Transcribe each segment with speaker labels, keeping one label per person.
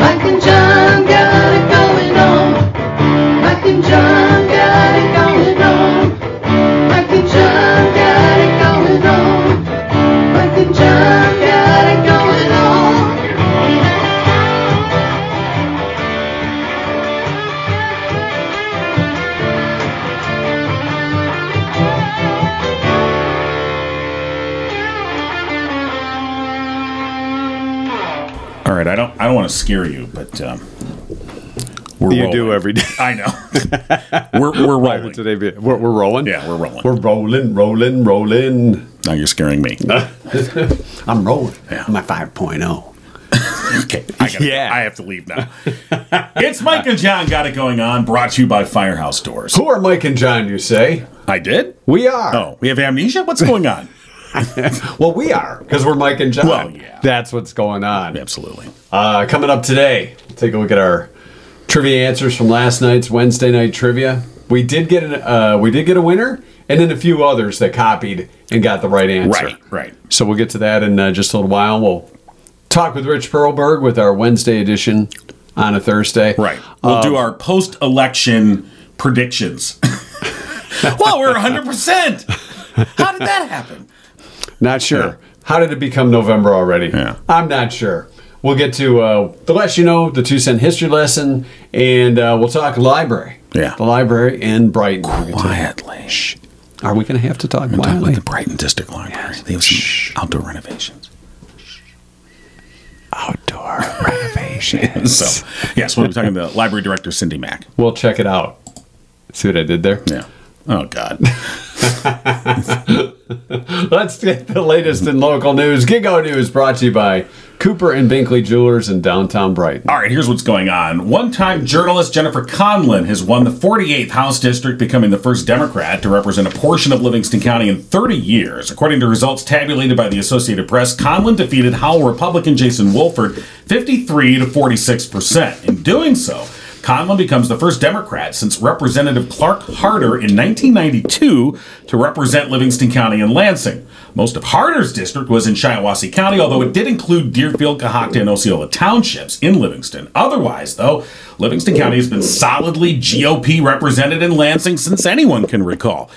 Speaker 1: Mike and John got it going on. Mike and John got it going on. Mike and John got it going on. Mike and John got it going on.
Speaker 2: All right, I don't I don't want to scare you, but um, we're
Speaker 3: You
Speaker 2: rolling.
Speaker 3: do every day.
Speaker 2: I know. we're we're rolling.
Speaker 3: Today be- we're, we're rolling.
Speaker 2: Yeah, we're rolling.
Speaker 3: We're rolling, rolling, rolling.
Speaker 2: now you're scaring me.
Speaker 3: Uh, I'm rolling.
Speaker 2: Yeah.
Speaker 3: I'm at oh. 5.0.
Speaker 2: Okay, I gotta,
Speaker 3: Yeah.
Speaker 2: I have to leave now. it's Mike and John got it going on. Brought to you by Firehouse Doors.
Speaker 3: Who are Mike and John, you say?
Speaker 2: I did.
Speaker 3: We are.
Speaker 2: Oh, we have amnesia. What's going on?
Speaker 3: Well, we are because we're Mike and John.
Speaker 2: Well, yeah.
Speaker 3: That's what's going on.
Speaker 2: Absolutely.
Speaker 3: Uh, coming up today, take a look at our trivia answers from last night's Wednesday night trivia. We did get an, uh, we did get a winner, and then a few others that copied and got the right answer.
Speaker 2: Right, right.
Speaker 3: So we'll get to that in uh, just a little while. We'll talk with Rich Perlberg with our Wednesday edition on a Thursday. Uh,
Speaker 2: Right.
Speaker 3: Um,
Speaker 2: We'll do our post-election predictions. well, we're 100. percent How did that happen?
Speaker 3: Not sure. How did it become November already?
Speaker 2: Yeah.
Speaker 3: I'm not sure. We'll get to uh, the less you know, the two cent history lesson, and uh, we'll talk library.
Speaker 2: Yeah.
Speaker 3: The library in Brighton. We'll get to that.
Speaker 2: Quietly.
Speaker 3: Are we going to have to talk
Speaker 2: Talk
Speaker 3: quietly?
Speaker 2: with the Brighton District Library. They have some outdoor renovations.
Speaker 3: Outdoor renovation.
Speaker 2: So, yes, we'll be talking to library director Cindy Mack.
Speaker 3: we'll check it out. See what I did there?
Speaker 2: Yeah. Oh God.
Speaker 3: Let's get the latest in local news. Gigo News brought to you by Cooper and Binkley Jewelers in downtown Brighton.
Speaker 2: All right. Here's what's going on. One-time journalist Jennifer Conlin has won the 48th House District, becoming the first Democrat to represent a portion of Livingston County in 30 years, according to results tabulated by the Associated Press. Conlin defeated Howell Republican Jason Wolford 53 to 46 percent. In doing so. Conlon becomes the first Democrat since Representative Clark Harder in 1992 to represent Livingston County and Lansing. Most of Harder's district was in Shiawassee County, although it did include Deerfield, Cahocta, and Osceola townships in Livingston. Otherwise, though, Livingston County has been solidly GOP represented in Lansing since anyone can recall.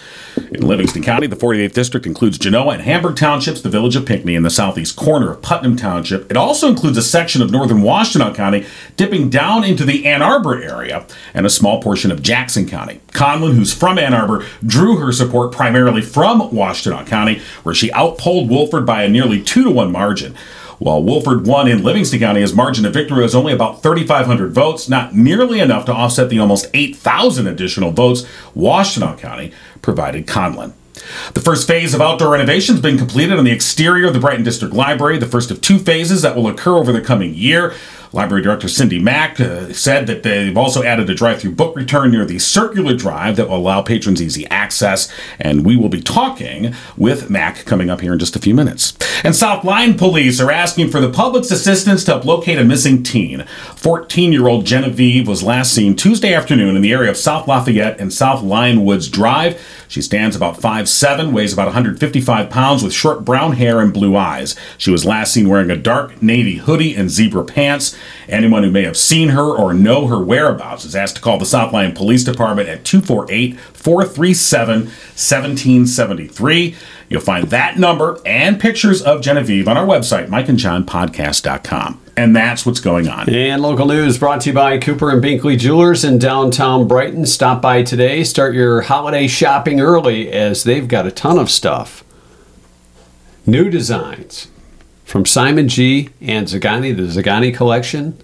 Speaker 2: In Livingston County, the 48th district includes Genoa and Hamburg townships, the village of Pinckney, and the southeast corner of Putnam Township. It also includes a section of northern Washtenaw County dipping down into the Ann Arbor area and a small portion of Jackson County. Conlin, who's from Ann Arbor, drew her support primarily from Washtenaw County, where she outpolled Wolford by a nearly two to one margin. While Wolford won in Livingston County, his margin of victory was only about 3,500 votes, not nearly enough to offset the almost 8,000 additional votes Washtenaw County provided Conlin. The first phase of outdoor renovation has been completed on the exterior of the Brighton District Library, the first of two phases that will occur over the coming year. Library Director Cindy Mack uh, said that they've also added a drive through book return near the circular drive that will allow patrons easy access. And we will be talking with Mack coming up here in just a few minutes. And South Line police are asking for the public's assistance to help locate a missing teen. 14 year old Genevieve was last seen Tuesday afternoon in the area of South Lafayette and South Lyon Woods Drive. She stands about 5'7, weighs about 155 pounds, with short brown hair and blue eyes. She was last seen wearing a dark navy hoodie and zebra pants. Anyone who may have seen her or know her whereabouts is asked to call the South Lyon Police Department at 248 437 1773. You'll find that number and pictures of Genevieve on our website, mikeandjohnpodcast.com. And that's what's going on.
Speaker 3: And local news brought to you by Cooper and Binkley Jewelers in downtown Brighton. Stop by today. Start your holiday shopping early as they've got a ton of stuff. New designs from Simon G and Zagani, the Zagani collection,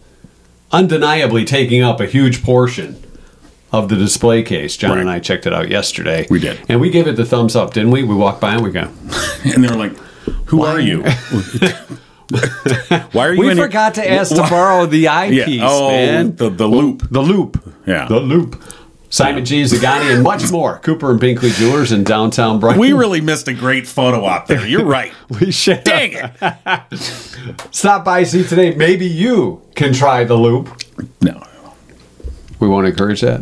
Speaker 3: undeniably taking up a huge portion of the display case. John and
Speaker 2: Right.
Speaker 3: I checked it out yesterday.
Speaker 2: We did.
Speaker 3: And we gave it the thumbs up, didn't we? We walked by and we go,
Speaker 2: And they were like, Who are you? Why are you
Speaker 3: We
Speaker 2: in here?
Speaker 3: forgot to ask
Speaker 2: Why-
Speaker 3: to borrow the eyepiece,
Speaker 2: Yeah. Oh,
Speaker 3: man.
Speaker 2: the- the loop.
Speaker 3: The loop.
Speaker 2: Yeah.
Speaker 3: The loop. Simon G. Zagani and much more. Cooper and Binkley Jewelers in downtown Brighton.
Speaker 2: We really missed a great photo op there. You're right.
Speaker 3: we should
Speaker 2: Dang it.
Speaker 3: stop by see today. Maybe you can try the loop.
Speaker 2: No.
Speaker 3: We won't encourage that.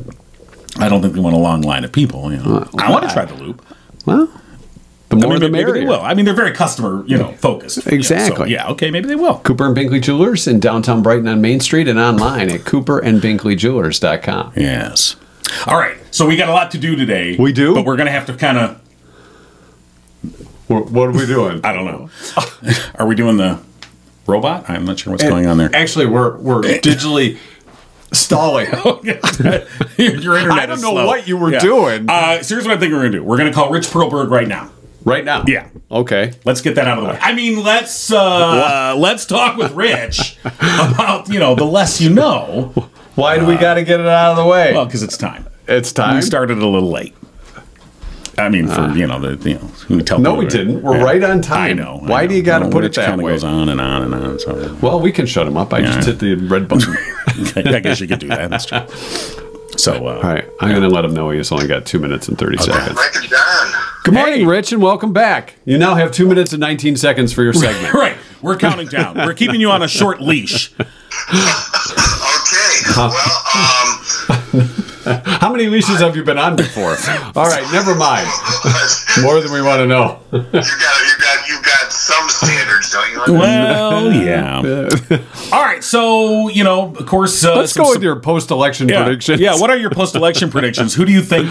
Speaker 2: I don't think they want a long line of people. You know,
Speaker 3: Well,
Speaker 2: I want to
Speaker 3: I-
Speaker 2: try the loop.
Speaker 3: Well, the
Speaker 2: I
Speaker 3: more
Speaker 2: mean,
Speaker 3: the
Speaker 2: maybe, maybe they
Speaker 3: merrier.
Speaker 2: will. I mean, they're very customer, you know, focused. Yeah, so,
Speaker 3: Exactly.
Speaker 2: yeah. Okay. Maybe they will.
Speaker 3: Cooper and Binkley Jewelers in downtown Brighton on Main Street and online at cooperandbinkleyjewelers.com.
Speaker 2: Yes. All right. So we got a lot to do today.
Speaker 3: We do?
Speaker 2: but we're gonna have to kind of.
Speaker 3: What, what are we doing?
Speaker 2: I don't know. Are we doing the robot? I'm not
Speaker 3: Eh,
Speaker 2: sure what's going on there.
Speaker 3: Actually, we're, we're digitally stalling.
Speaker 2: Your your internet.
Speaker 3: I don't
Speaker 2: is
Speaker 3: know
Speaker 2: slow.
Speaker 3: what you were doing.
Speaker 2: Uh, so here's what I think we're gonna do. We're gonna call Rich Perlberg right now.
Speaker 3: Right now?
Speaker 2: Yeah.
Speaker 3: Okay.
Speaker 2: Let's get that out of the way. I mean, let's uh, let's talk with Rich about you know the less you know.
Speaker 3: Why do we got to get it out of the way?
Speaker 2: Well, because it's time.
Speaker 3: it's time. Ah.
Speaker 2: We started a little late. I mean, for you know the you know we tell
Speaker 3: No,
Speaker 2: people
Speaker 3: we
Speaker 2: that-
Speaker 3: didn't. We're right on time.
Speaker 2: I know. I
Speaker 3: Why do
Speaker 2: know.
Speaker 3: you gotta
Speaker 2: Well,
Speaker 3: put it
Speaker 2: Rich
Speaker 3: that
Speaker 2: kinda
Speaker 3: way?
Speaker 2: goes on and on and on. So
Speaker 3: well, we can shut him up. I just
Speaker 2: Yeah.
Speaker 3: hit the red button.
Speaker 2: I guess you could do that. That's true. So uh,
Speaker 3: All right. I'm going to let him know he's only got two minutes and 30 seconds.
Speaker 4: Mike and John.
Speaker 3: Good morning, Rich, and welcome back. You now have two minutes and 19 seconds for your segment.
Speaker 2: right, we're counting down. We're keeping you on a short leash.
Speaker 4: Okay. Well, um,
Speaker 3: How many leashes have you been on before? All right, never mind.
Speaker 4: you
Speaker 3: More than we want to know.
Speaker 4: got you got you got some standards, don't you?
Speaker 2: Well, yeah. All right, so you know, of course, uh,
Speaker 3: Let's
Speaker 2: some-
Speaker 3: go with
Speaker 2: some-
Speaker 3: your post-election
Speaker 2: yeah,
Speaker 3: predictions.
Speaker 2: Yeah, what are your post-election predictions? Who do you think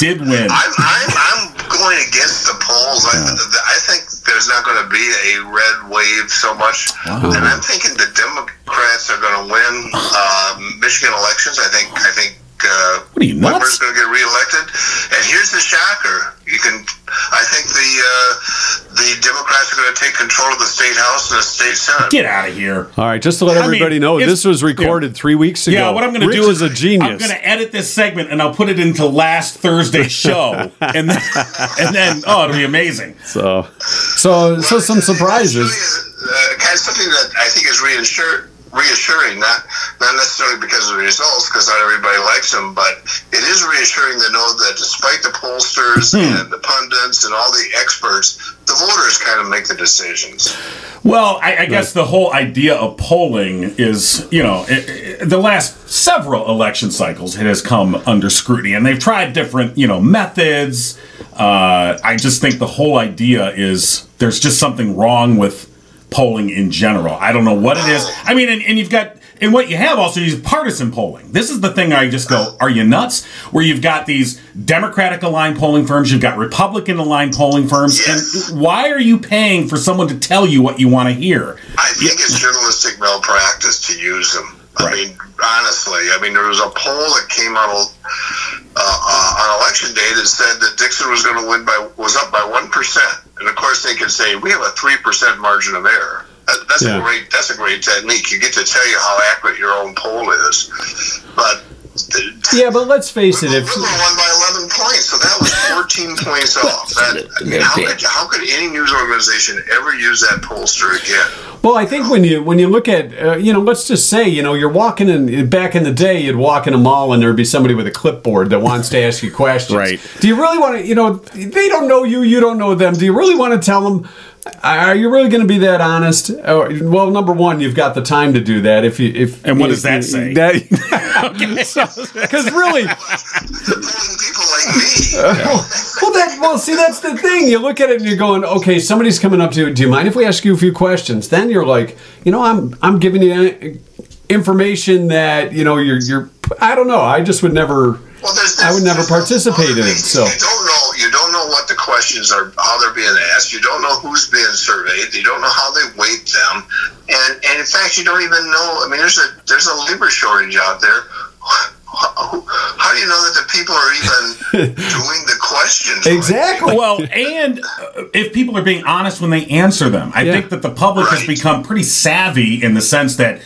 Speaker 2: did win?
Speaker 4: I'm, I'm I'm going against the polls. I, I think there's not going to be a red wave so much, and I'm thinking the Democrats are going to win uh, Michigan elections. I think I think. Uh,
Speaker 2: What are you, nuts?
Speaker 4: Whitmer's going to get reelected, and here's the shocker: you can. I think the uh, the Democrats are going to take control of the state house and the state senate.
Speaker 2: Get out of here.
Speaker 3: All right, just to let
Speaker 2: I mean,
Speaker 3: everybody know,
Speaker 2: it's-
Speaker 3: this was recorded three weeks ago.
Speaker 2: Yeah, what I'm going to
Speaker 3: Rich
Speaker 2: do
Speaker 3: is a genius.
Speaker 2: I'm going to edit this segment and I'll put it into last Thursday's show, and then, and then oh, it'll be amazing.
Speaker 3: so, so, so some surprises.
Speaker 4: Uh, kind of something that I think is reassure, reassuring, not not necessarily because of the results, because not everybody likes them, but it is reassuring to know that despite the pollsters
Speaker 3: Hmm.
Speaker 4: and the pundits and all the experts, the voters kind of make the decisions.
Speaker 2: Well, I, I guess the whole idea of polling is, you know, i i the last several election cycles it has come under scrutiny, and they've tried different, you know, methods. Uh, I just think the whole idea is there's just something wrong with polling in general. I don't know what it is. I mean, and, and you've got. And what you have also is partisan polling. This is the thing I just go, are you nuts? Where you've got these Democratic aligned polling firms, you've got Republican aligned polling firms, and
Speaker 4: Yes.
Speaker 2: why are you paying for someone to tell you what you want to hear?
Speaker 4: I think it's journalistic malpractice to use them. I
Speaker 2: Right.
Speaker 4: mean, honestly, I mean, there was a poll that came out uh, uh, on election day that said that Dixon was going to win by was up by one percent, and of course they could say we have a three percent margin of error. That, that's
Speaker 3: Yeah.
Speaker 4: a great that's a great technique. You get to tell you how accurate your own poll is, but. The,
Speaker 3: Yeah, but let's face it. If
Speaker 4: River won by 11 points, so that was 14 points off. That, how, could, how could any news organization ever use that pollster again?
Speaker 3: Well, I think when you when you look at uh, you know, let's just say you know you're walking in back in the day, you'd walk in a mall and there'd be somebody with a clipboard that wants to ask you questions.
Speaker 2: Right.
Speaker 3: Do you really want to? You know, they don't know you, you don't know them. Do you really want to tell them? Are you really going to be that honest? Or, well, number one, you've got the time to do that. If you if
Speaker 2: And what does
Speaker 3: if-
Speaker 2: that say?
Speaker 3: Because really,
Speaker 4: polling people like me.
Speaker 3: well, that well, see, that's the thing. You look at it and you're going, okay, somebody's coming up to you. Do you mind if we ask you a few questions? Then you're like, you know, I'm I'm giving you information that you know you're you're. I don't know. I just would never.
Speaker 4: Well, there's,
Speaker 3: I would never
Speaker 4: there's no
Speaker 3: participate in it,
Speaker 4: motivation.
Speaker 3: so-
Speaker 4: you don't know. You don't know what the questions are, how they're being asked. You don't know who's being surveyed. You don't know how they weight them, and and in fact, you don't even know. I mean, there's a there's a labor shortage out there. How how do you know that the people are even doing the questions? right?
Speaker 3: Exactly.
Speaker 2: well, and uh, if people are being honest when they answer them, I
Speaker 3: Yeah.
Speaker 2: think that the public has
Speaker 4: Right.
Speaker 2: become pretty savvy in the sense that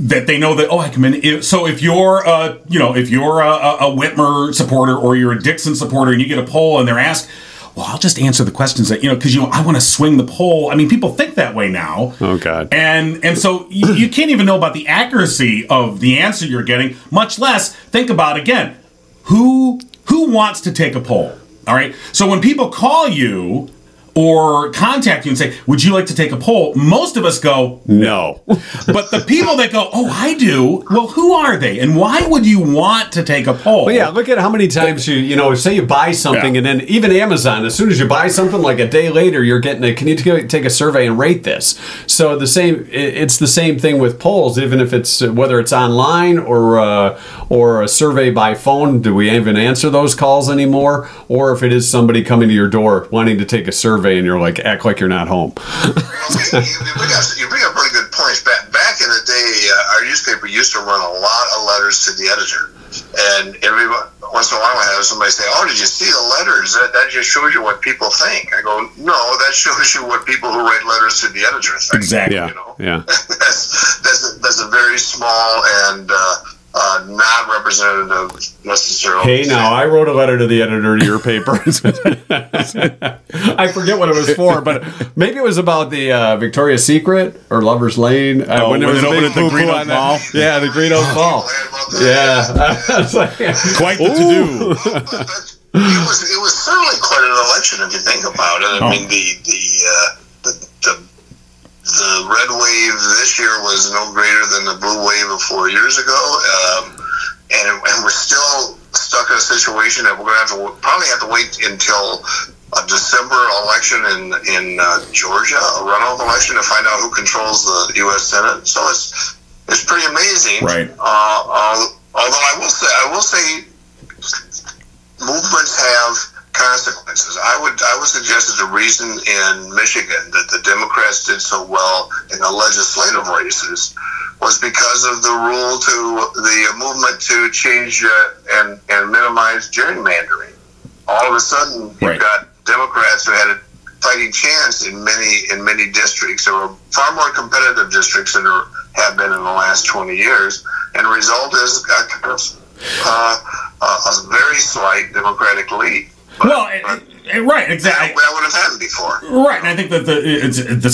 Speaker 2: that they know that oh I can if, so if you're uh you know if you're a, a, a Whitmer supporter or you're a Dixon supporter and you get a poll and they're asked well I'll just answer the questions that you know because you know I want to swing the poll I mean people think that way now
Speaker 3: Oh, God.
Speaker 2: and and so you, you can't even know about the accuracy of the answer you're getting much less think about again who who wants to take a poll all right so when people call you or contact you and say, Would you like to take a poll? Most of us go, No. but the people that go, Oh, I do, well, who are they? And why would you want to take a poll?
Speaker 3: Well, yeah, look at how many times you, you know, say you buy something
Speaker 2: Yeah.
Speaker 3: and then even Amazon, as soon as you buy something, like a day later, you're getting a, can you go take a survey and rate this? So the same, i- it's the same thing with polls, even if it's, whether it's online or, uh, or a survey by phone, do we even answer those calls anymore? Or if it is somebody coming to your door wanting to take a survey and you're like, act like you're not home.
Speaker 4: you, you bring up, you bring up really good points. Back, back in the day, uh, our newspaper used to run a lot of letters to the editor, and every once in a while, I have somebody say, "Oh, did you see the letters? That, that just shows you what people think." I go, "No, that shows you what people who write letters to the editor think."
Speaker 2: Exactly.
Speaker 4: You know?
Speaker 3: Yeah.
Speaker 4: that's that's a, that's a very small and uh, uh, not representative necessarily.
Speaker 3: Hey, now I wrote a letter to the editor of your paper. I forget what it was for, but maybe it was about the uh, Victoria's Secret or Lover's Lane. Uh,
Speaker 5: Oh, when
Speaker 3: was
Speaker 5: it
Speaker 3: a
Speaker 5: opened
Speaker 3: big
Speaker 5: at the
Speaker 3: poo-poo
Speaker 5: Green Oak
Speaker 3: on that-
Speaker 5: Mall?
Speaker 3: Yeah, the Green Oak Mall. Yeah, I was like,
Speaker 5: Quite the to do.
Speaker 4: it was it was certainly quite an election if you think about it. I
Speaker 2: Oh.
Speaker 4: mean the the, uh, the the the red wave this year was no greater than the blue wave of four years ago, um, and and we're still stuck in a situation that we're going to have to w- probably have to wait until. A December election in in uh, Georgia, a runoff election, to find out who controls the U.S. Senate. So it's it's pretty amazing,
Speaker 2: Right.
Speaker 4: Uh, al- although I will say, I will say, movements have consequences. I would I would suggest as a reason in Michigan that the Democrats did so well in the legislative races was because of the rule to the movement to change uh, and and minimize gerrymandering. All of a sudden, you
Speaker 2: Right.
Speaker 4: got Democrats who had a fighting chance in many in many districts. There were far more competitive districts than there have been in the last twenty years, and the result is a, uh, a, a very slight Democratic lead. But,
Speaker 2: Well, it- it- right, exactly.
Speaker 4: that, that would have happened before.
Speaker 2: Right, and I think that the it's the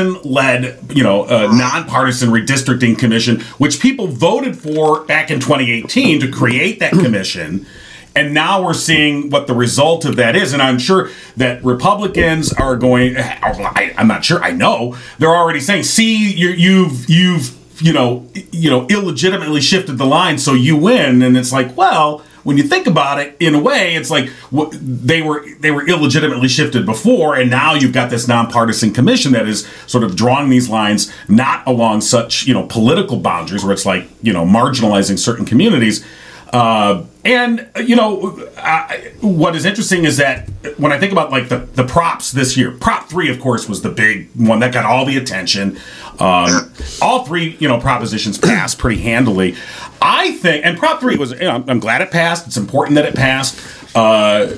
Speaker 2: citizen-led, you know, uh, nonpartisan redistricting commission, which people voted for back in 2018 to create that commission, and now we're seeing what the result of that is. And I'm sure that Republicans are going. I, I'm not sure. I know they're already saying, "See, you you've you've you know you know illegitimately shifted the line, so you win." And it's like, well when you think about it, in a way, it's like wh- they were they were illegitimately shifted before, and now you've got this nonpartisan commission that is sort of drawing these lines not along such you know political boundaries, where it's like you know marginalizing certain communities. Uh, and you know I, what is interesting is that when I think about like the, the props this year, prop three, of course, was the big one that got all the attention. Um, all three, you know, propositions passed pretty handily. I think, and prop three was, you know, I'm, I'm glad it passed. It's important that it passed. Uh,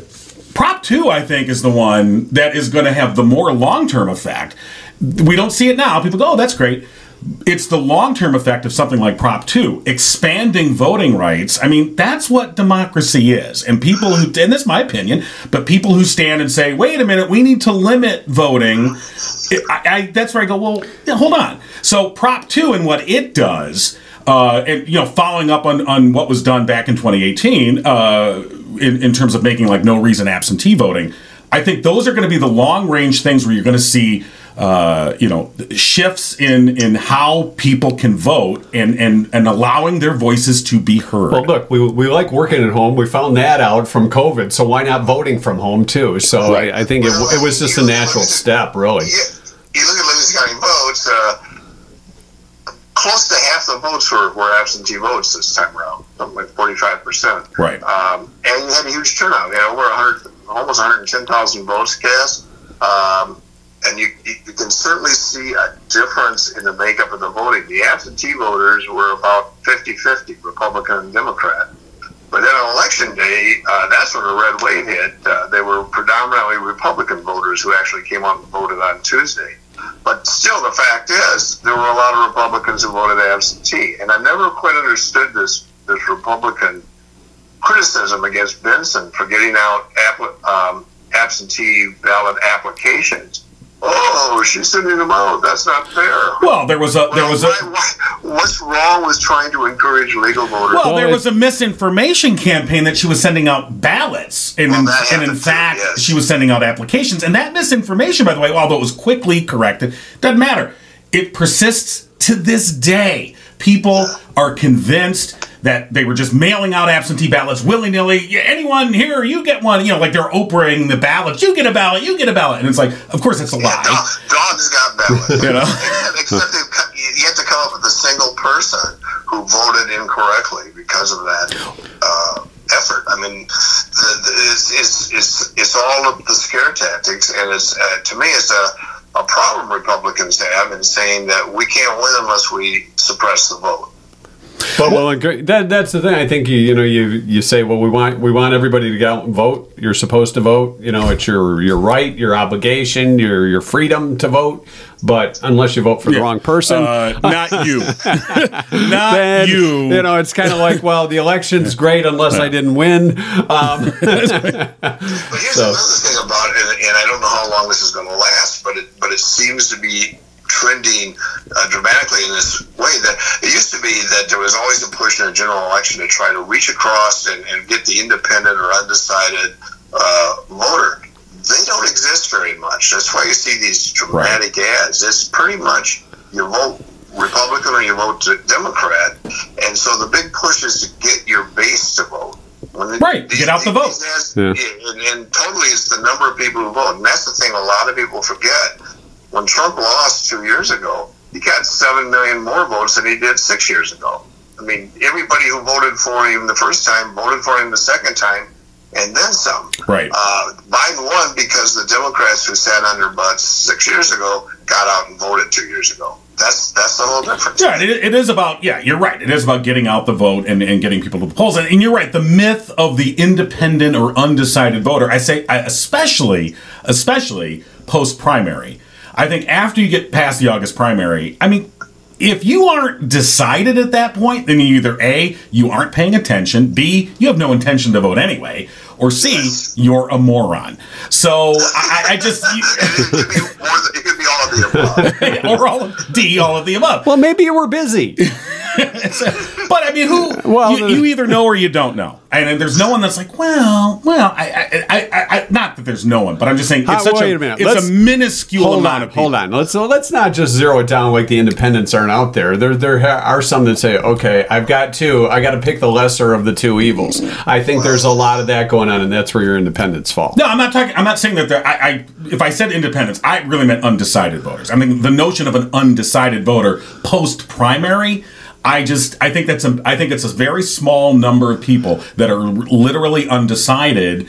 Speaker 2: prop two, I think, is the one that is going to have the more long term effect. We don't see it now. People go, oh, that's great. It's the long term effect of something like Prop 2, expanding voting rights. I mean, that's what democracy is. And people who, and this is my opinion, but people who stand and say, wait a minute, we need to limit voting. I, I, that's where I go, well, yeah, hold on. So, Prop 2 and what it does, uh, and, you know, following up on, on what was done back in 2018, uh, in, in terms of making like no reason absentee voting. I think those are going to be the long range things where you're going to see, uh, you know, shifts in in how people can vote and and and allowing their voices to be heard.
Speaker 3: Well, look, we, we like working at home. We found that out from COVID, so why not voting from home too? So I, I think it, it was just a natural step, really.
Speaker 4: Yeah, you look at Livingston County votes. Uh, close to half the votes were, were absentee votes this time around, something like forty-five percent.
Speaker 2: Right.
Speaker 4: Um, and you had a huge turnout. You had over 100, almost 110,000 votes cast. Um, and you, you you can certainly see a difference in the makeup of the voting. The absentee voters were about 50-50, Republican and Democrat. But then on election day, uh, that's when the red wave hit. Uh, they were predominantly Republican voters who actually came out and voted on Tuesday. But still, the fact is, there were a lot of Republicans who voted absentee, and I never quite understood this this Republican criticism against Benson for getting out app, um, absentee ballot applications Oh, she sending them out. That's not fair.
Speaker 2: Well, there was a there was a
Speaker 4: Why- why- what's wrong with trying to encourage legal voters?
Speaker 2: well, there
Speaker 3: Well,
Speaker 2: was a misinformation campaign that she was sending out ballots, and
Speaker 4: Well,
Speaker 2: in,
Speaker 4: that
Speaker 2: and in
Speaker 4: happened too,
Speaker 2: fact,
Speaker 4: yes.
Speaker 2: she was sending out applications. And that misinformation, by the way, although it was quickly corrected, doesn't matter. It persists to this day. People are convinced that they were just mailing out absentee ballots willy nilly. Anyone here, you get one. You know, like they're Oprahing the ballots. You get a ballot. You get a ballot. And it's like, of course, it's a
Speaker 4: Yeah,
Speaker 2: lie.
Speaker 4: dog, dogs got ballots.
Speaker 2: You know?
Speaker 4: Except they've cut- you you have to come up with a single person who voted incorrectly because of that uh, effort. I mean, the, the, it's, it's, it's, it's all of the scare tactics, and it's uh, to me, it's a, a problem Republicans have in saying that we can't win unless we suppress the vote.
Speaker 3: But well, and great- that that's the thing. I think you you know you you say well we want we want everybody to go out and vote. You're supposed to vote. You know it's your your right, your obligation, your your freedom to vote. But unless you vote for the wrong person,
Speaker 5: Uh, not you. not
Speaker 3: then
Speaker 5: you.
Speaker 3: you know it's kind of like well the election's great unless I didn't win. Um,
Speaker 4: But here's another thing about it, and, and I don't know how long this is going to last, but it but it seems to be trending uh, dramatically in this way. That it used to be that there was always a push in a general election to try to reach across and, and get the independent or undecided uh, voter. They don't exist very much. That's why you see these dramatic ads. It's pretty much you vote Republican or you vote Democrat, and so the big push is to get your base to vote. When the-
Speaker 2: Right, get out the vote.
Speaker 4: these ads-
Speaker 3: Yeah.
Speaker 4: and, and totally it's the number of people who vote. And that's the thing a lot of people forget. When Trump lost two years ago, he got 7 million more votes than he did six years ago. I mean, everybody who voted for him the first time voted for him the second time, and then some.
Speaker 2: Right.
Speaker 4: Uh, Biden won because the Democrats who sat on their butts six years ago got out and voted two years ago. That's that's the whole difference.
Speaker 2: Yeah, it, it is about, yeah, you're right. It is about getting out the vote and, and getting people to the polls. And, and you're right, the myth of the independent or undecided voter, I say, I especially, especially post primary. I think after you get past the August primary, I mean, if you aren't decided at that point, then you either A, you aren't paying attention, B, you have no intention to vote anyway, or C, you're a moron. So I, I- I just,
Speaker 4: It could be more than, it could be all of the above.
Speaker 2: or all of, D, all of the above.
Speaker 3: well, maybe you were busy.
Speaker 2: But I mean, who?
Speaker 3: Well,
Speaker 2: you,
Speaker 3: the-
Speaker 2: you either know or you don't know, and, then there's no one that's like, well, well, I, I, I, I, I not that there's no one, but I'm just saying it's
Speaker 3: Ah,
Speaker 2: such
Speaker 3: wait
Speaker 2: a,
Speaker 3: a minute.
Speaker 2: it's
Speaker 3: Let's-
Speaker 2: a minuscule
Speaker 3: Hold
Speaker 2: amount
Speaker 3: on,
Speaker 2: of people.
Speaker 3: hold on. Let's so let's not just zero it down like the independents aren't out there. There there ha- are some that say, okay, I've got two. I got to pick the lesser of the two evils. I think there's a lot of that going on, and that's where your independents fall.
Speaker 2: No, I'm not talking. I'm not saying that. There, I, I, if I said independents, I really meant undecided voters. I mean, the notion of an undecided voter post primary. I just, I think that's a, I think it's a very small number of people that are literally undecided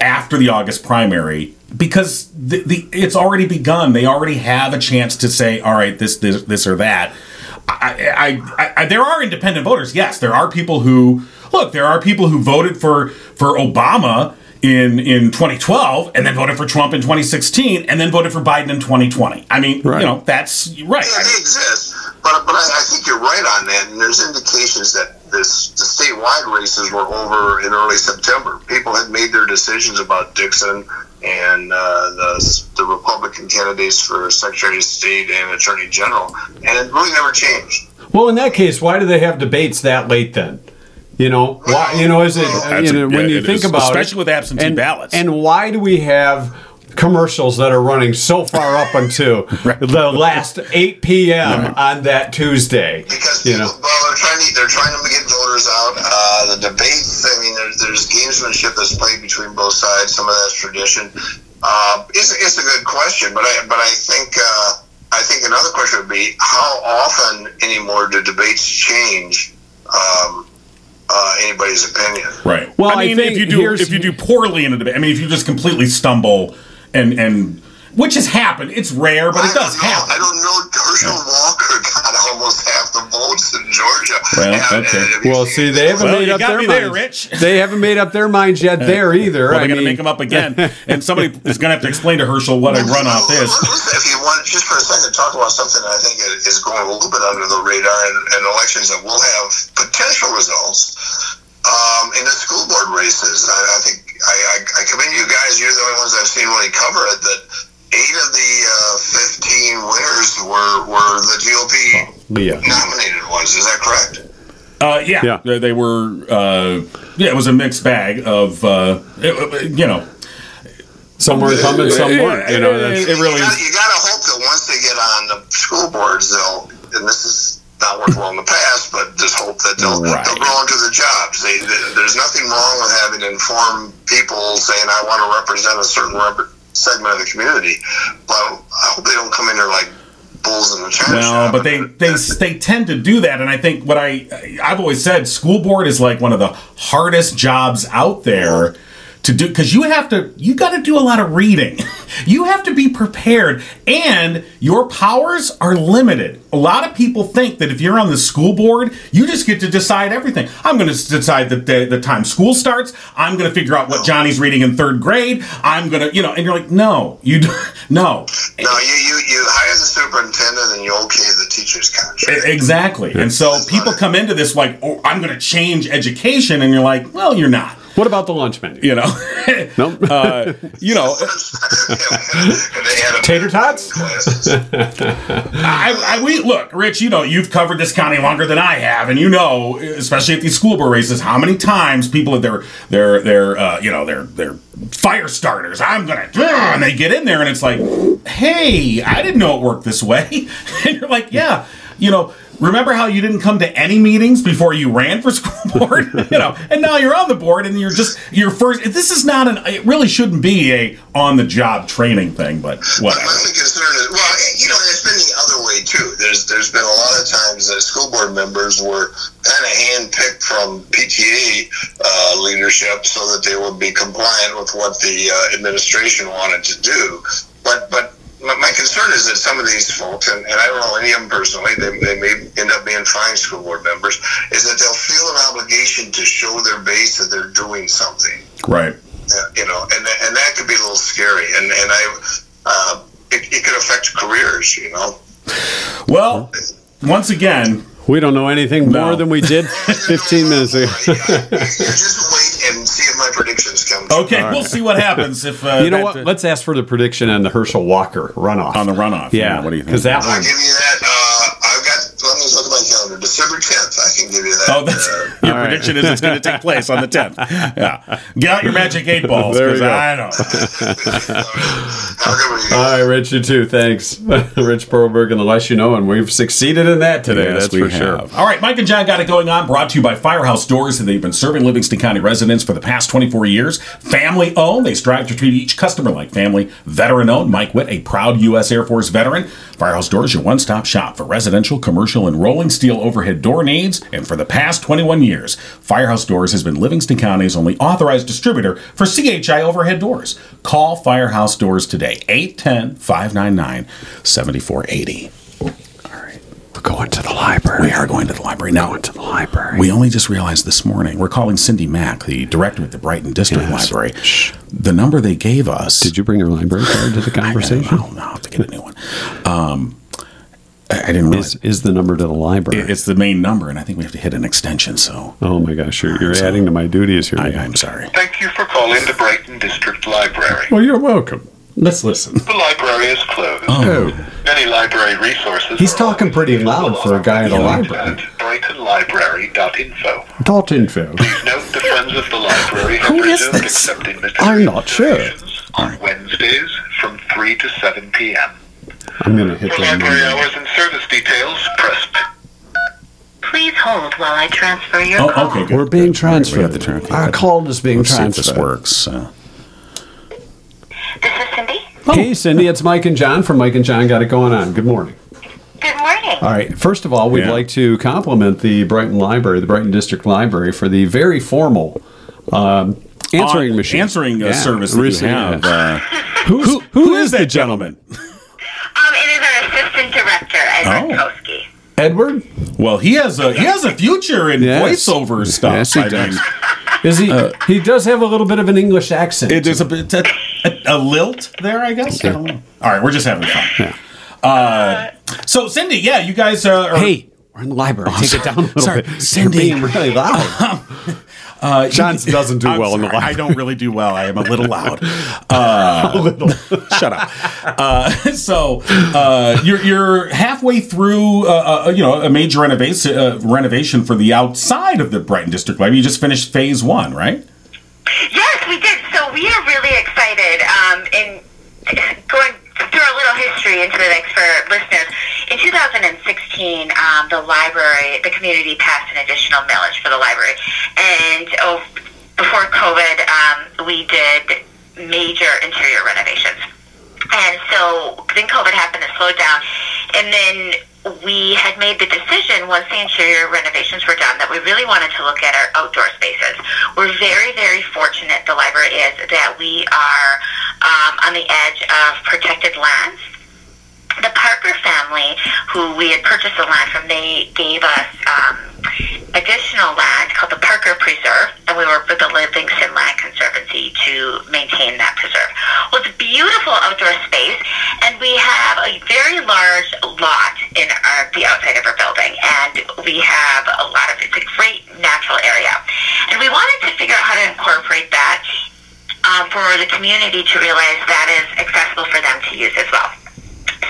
Speaker 2: after the August primary because the, the it's already begun. They already have a chance to say, all right, this this this or that. I, I, I, I there are independent voters. Yes, there are people who look. There are people who voted for for Obama in in 2012 and then voted for Trump in 2016 and then voted for Biden in 2020. I mean,
Speaker 3: Right.
Speaker 2: you know, that's right.
Speaker 4: Yeah, they exist, but but I, I think you're right on that. And there's indications that this the statewide races were over in early September. People had made their decisions about Dixon and uh, the the Republican candidates for Secretary of State and Attorney General, and it really never changed.
Speaker 3: Well, in that case, why do they have debates that late then? You know, why? You know, is it you
Speaker 4: That's
Speaker 3: know,
Speaker 2: a-
Speaker 3: when
Speaker 2: yeah,
Speaker 3: you
Speaker 2: it
Speaker 3: think
Speaker 2: is,
Speaker 3: about it-
Speaker 2: especially with absentee
Speaker 3: and,
Speaker 2: ballots.
Speaker 3: And why do we have commercials that are running so far up until the last 8 p.m. on that Tuesday?
Speaker 4: Because
Speaker 3: you
Speaker 4: people,
Speaker 3: know,
Speaker 4: well, they're trying to they're trying to get voters out. Uh, the debates. I mean, there's there's gamesmanship that's played between both sides. Some of that's tradition. Uh, it's, it's a good question, but I but I think uh, I think another question would be how often anymore do debates change um, uh, anybody's opinion?
Speaker 2: Right.
Speaker 3: Well,
Speaker 2: I
Speaker 3: I
Speaker 2: mean,
Speaker 3: think
Speaker 2: if you do
Speaker 3: here's-
Speaker 2: if you do poorly in a debate, I mean, if you just completely stumble and and which has happened, it's rare, but
Speaker 4: I
Speaker 2: it does
Speaker 4: don't know.
Speaker 2: happen.
Speaker 4: I don't know. Herschel Walker got almost half the votes in Georgia.
Speaker 2: Well,
Speaker 4: And-
Speaker 2: okay.
Speaker 4: and if you
Speaker 3: Well, see,
Speaker 4: see-
Speaker 3: they haven't
Speaker 2: Well,
Speaker 3: made
Speaker 2: you
Speaker 3: up
Speaker 2: got
Speaker 3: their
Speaker 2: me there,
Speaker 3: minds.
Speaker 2: Rich. Uh,
Speaker 3: They haven't made up their minds yet there either.
Speaker 2: Well,
Speaker 3: I
Speaker 2: they're going to
Speaker 3: mean,
Speaker 2: make them up again, and somebody is going to have to explain to Herschel what a runoff is.
Speaker 4: If you want, just for a second, talk about something that I think is going a little bit under the radar in, in elections that will have potential results um, in the school board races. I, I think I, I, I commend you guys. You're the only ones I've seen really cover it. That eight of the uh, 15 winners were, were the GOP
Speaker 3: Leah.
Speaker 4: nominated ones. Is that correct?
Speaker 2: Uh, yeah,
Speaker 5: Yeah.
Speaker 2: They, they were. Uh, yeah, it was a mixed bag of uh, it- you know.
Speaker 3: Some were incumbent, some weren't. You know, that's,
Speaker 2: It really-
Speaker 4: You gotta, you gotta hope that once they get on the school boards, they'll. And this is not worked well in the past, but just hope that they'll
Speaker 2: Right.
Speaker 4: they'll grow into the jobs. They, they- there's nothing wrong with having informed people saying, "I want to represent a certain rep- segment of the community," but I hope they don't come in there like bulls in the china
Speaker 2: No,
Speaker 4: shop.
Speaker 2: but they, they they tend to do that, and I think what I I've always said, school board is like one of the hardest jobs out there to do because you have to you got to do a lot of reading, you have to be prepared, and your powers are limited. A lot of people think that if you're on the school board, you just get to decide everything. I'm going to decide the, the the time school starts. I'm going to figure out what Johnny's reading in third grade. I'm going to you know, and you're like, no, you do, no.
Speaker 4: no, you, you you hire the superintendent and you okay the teacher's contract.
Speaker 2: E-, Exactly. And so people come into this like, oh, I'm going to change education. And you're like, well, you're not.
Speaker 3: what about the lunch menu?
Speaker 2: You know,
Speaker 3: Nope.
Speaker 2: uh, you know,
Speaker 4: And they had a-
Speaker 3: Tater tots?
Speaker 4: Classes.
Speaker 2: I, I, we look, Rich. You know, you've covered this county longer than I have, and you know, especially at these school board races, how many times people at their their their uh, you know their their fire starters. I'm gonna, "Ah," and they get in there, and it's like, hey, I didn't know it worked this way, and you're like, yeah, you know. Remember how you didn't come to any meetings before you ran for school board, you know, and now you're on the board and you're just your first. This is not an. It really shouldn't be a on the job training thing, but
Speaker 4: My
Speaker 2: whatever.
Speaker 4: only concern is, well, eh, you know, it's been the other way too. There's there's been a lot of times that school board members were kind of handpicked from PTA uh, leadership so that they would be compliant with what the uh, administration wanted to do. But but my, my concern is that some of these folks, and, and I don't know any of them personally, they, they may end up being fine school board members, is that they'll feel an obligation to show their base that they're doing something
Speaker 2: Right.
Speaker 4: you know, and tha- and that could be a little scary, and and I, uh, it, it could affect careers, you know.
Speaker 2: Well, once again,
Speaker 3: We don't know anything
Speaker 2: No.
Speaker 3: more than we did 15 minutes ago.
Speaker 4: You just wait and see if my predictions come true.
Speaker 2: okay, we'll see what happens if uh,
Speaker 3: You know
Speaker 2: that-
Speaker 3: what? Let's ask for the prediction on the Herschel Walker runoff.
Speaker 2: on the runoff.
Speaker 3: yeah,
Speaker 2: what do you think?
Speaker 3: Because that
Speaker 4: I'll
Speaker 3: one,
Speaker 4: give you that. Uh, I've got. Let me look at my calendar. December tenth. I can give you that.
Speaker 2: Oh, that's,
Speaker 4: uh,
Speaker 2: your
Speaker 3: All right.
Speaker 2: prediction is it's going to take place on the tenth. Yeah, get out your magic eight balls
Speaker 3: There we
Speaker 2: because
Speaker 3: go.
Speaker 2: I don't.
Speaker 4: how good were you?
Speaker 3: All right, Rich, you too. Thanks. Rich Perlberg and The Less You Know, and we've succeeded in that today. that's for sure.
Speaker 2: All right, Mike and John got it going on. Brought to you by Firehouse Doors, and they've been serving Livingston County residents for the past 24 years. Family owned, they strive to treat each customer like family. Veteran owned, Mike Witt, a proud U.S. Air Force veteran. Firehouse Doors, your one stop shop for residential, commercial, and rolling steel overhead door needs. And for the past 21 years, Firehouse Doors has been Livingston County's only authorized distributor for CHI overhead doors. Call Firehouse Doors today, 810 599 7480.
Speaker 3: We're going to the library.
Speaker 2: We are going to the library now.
Speaker 3: to the library.
Speaker 2: We only just realized this morning. We're calling Cindy Mack, the director at the Brighton District
Speaker 3: Yes.
Speaker 2: Library.
Speaker 3: Shh.
Speaker 2: The number they gave us.
Speaker 3: Did you bring your library card to the
Speaker 2: I
Speaker 3: conversation?
Speaker 2: don't know. I'll have to get a new one. Um, I, I didn't realize
Speaker 3: Is, is the number to the library?
Speaker 2: it's the main number, and I think we have to hit an extension. So
Speaker 3: oh my gosh, you're, you're adding to my duties here.
Speaker 2: I,
Speaker 3: man.
Speaker 2: I'm sorry.
Speaker 4: Thank you for calling the Brighton District Library.
Speaker 3: Well, you're welcome. Let's listen.
Speaker 4: The library is closed.
Speaker 3: Oh,
Speaker 4: Many library resources.
Speaker 3: He's are talking pretty loud for a guy at a library.
Speaker 4: BrightonLibrary.info.
Speaker 3: dot info.
Speaker 4: Note the Friends of the Library have
Speaker 3: Who is
Speaker 4: resumed
Speaker 3: this?
Speaker 4: accepting materials
Speaker 3: I'm not sure.
Speaker 4: on Wednesdays from 3 to 7 p.m.
Speaker 3: I'm going to hit
Speaker 4: For
Speaker 3: that.
Speaker 4: library
Speaker 3: number.
Speaker 4: hours and service details, press p-
Speaker 6: Please hold while I transfer your call.
Speaker 2: Oh, okay. Good.
Speaker 3: We're being
Speaker 2: We have
Speaker 3: transferred.
Speaker 2: the transfer.
Speaker 3: Our call is being
Speaker 2: Let's see if
Speaker 3: transferred.
Speaker 2: this works. Uh,
Speaker 6: This is Cindy.
Speaker 3: Hey, Cindy, it's Mike and John from Mike and John Got It Going On. Good morning.
Speaker 6: Good morning.
Speaker 3: All right. First of all, we'd
Speaker 2: Yeah.
Speaker 3: like to compliment the Brighton Library, the Brighton District Library, for the very formal um, answering
Speaker 2: on-
Speaker 3: machine.
Speaker 2: Answering uh,
Speaker 3: Yeah,
Speaker 2: service that you
Speaker 3: receive-
Speaker 2: have.
Speaker 3: yeah.
Speaker 2: Uh,
Speaker 3: Who's, who is the gentleman?
Speaker 6: Um, it is our assistant director, Edward
Speaker 2: Oh.
Speaker 6: Koski.
Speaker 3: Edward?
Speaker 2: well, he has a he has a future in
Speaker 3: Yes.
Speaker 2: voiceover stuff.
Speaker 3: Yes, he
Speaker 2: I mean.
Speaker 3: does. Is he? he does have a little bit of an English accent.
Speaker 2: Uh, It, there's a bit a, a, a lilt there, I guess. I don't know. All right, we're just having fun. Uh, so, Cindy, yeah, you guys uh, are.
Speaker 3: hey, we're in the library. Take it down a
Speaker 2: Oh,
Speaker 3: little
Speaker 2: sorry,
Speaker 3: bit.
Speaker 2: Cindy.
Speaker 3: You're being really loud.
Speaker 2: Uh,
Speaker 3: John doesn't do
Speaker 2: I'm
Speaker 3: well in the
Speaker 2: sorry,
Speaker 3: library.
Speaker 2: I don't really do well. I am a little loud. Uh, shut up. Uh, so uh, you're you're halfway through, uh, uh, you know, a major renovation uh, renovation for the outside of the Brighton District Library. You just finished phase one, right?
Speaker 6: Yes, we did. So we are really excited. Um, and going through a little history into the next for listeners, in 2016, um, the library, the community passed an additional millage for the library, and oh, before COVID, um, we did major interior renovations. And so then COVID happened, it slowed down. And then we had made the decision once the interior renovations were done that we really wanted to look at our outdoor spaces. We're very, very fortunate, the library is, that we are um, on the edge of protected lands the Parker family, who we had purchased the land from, they gave us um, additional land called the Parker Preserve, and we worked with the Livingston Land Conservancy to maintain that preserve. Well, it's a beautiful outdoor space, and we have a very large lot in our, the outside of our building, and we have a lot of it's a great natural area, and we wanted to figure out how to incorporate that. Um, for the community to realize that is accessible for them to use as well.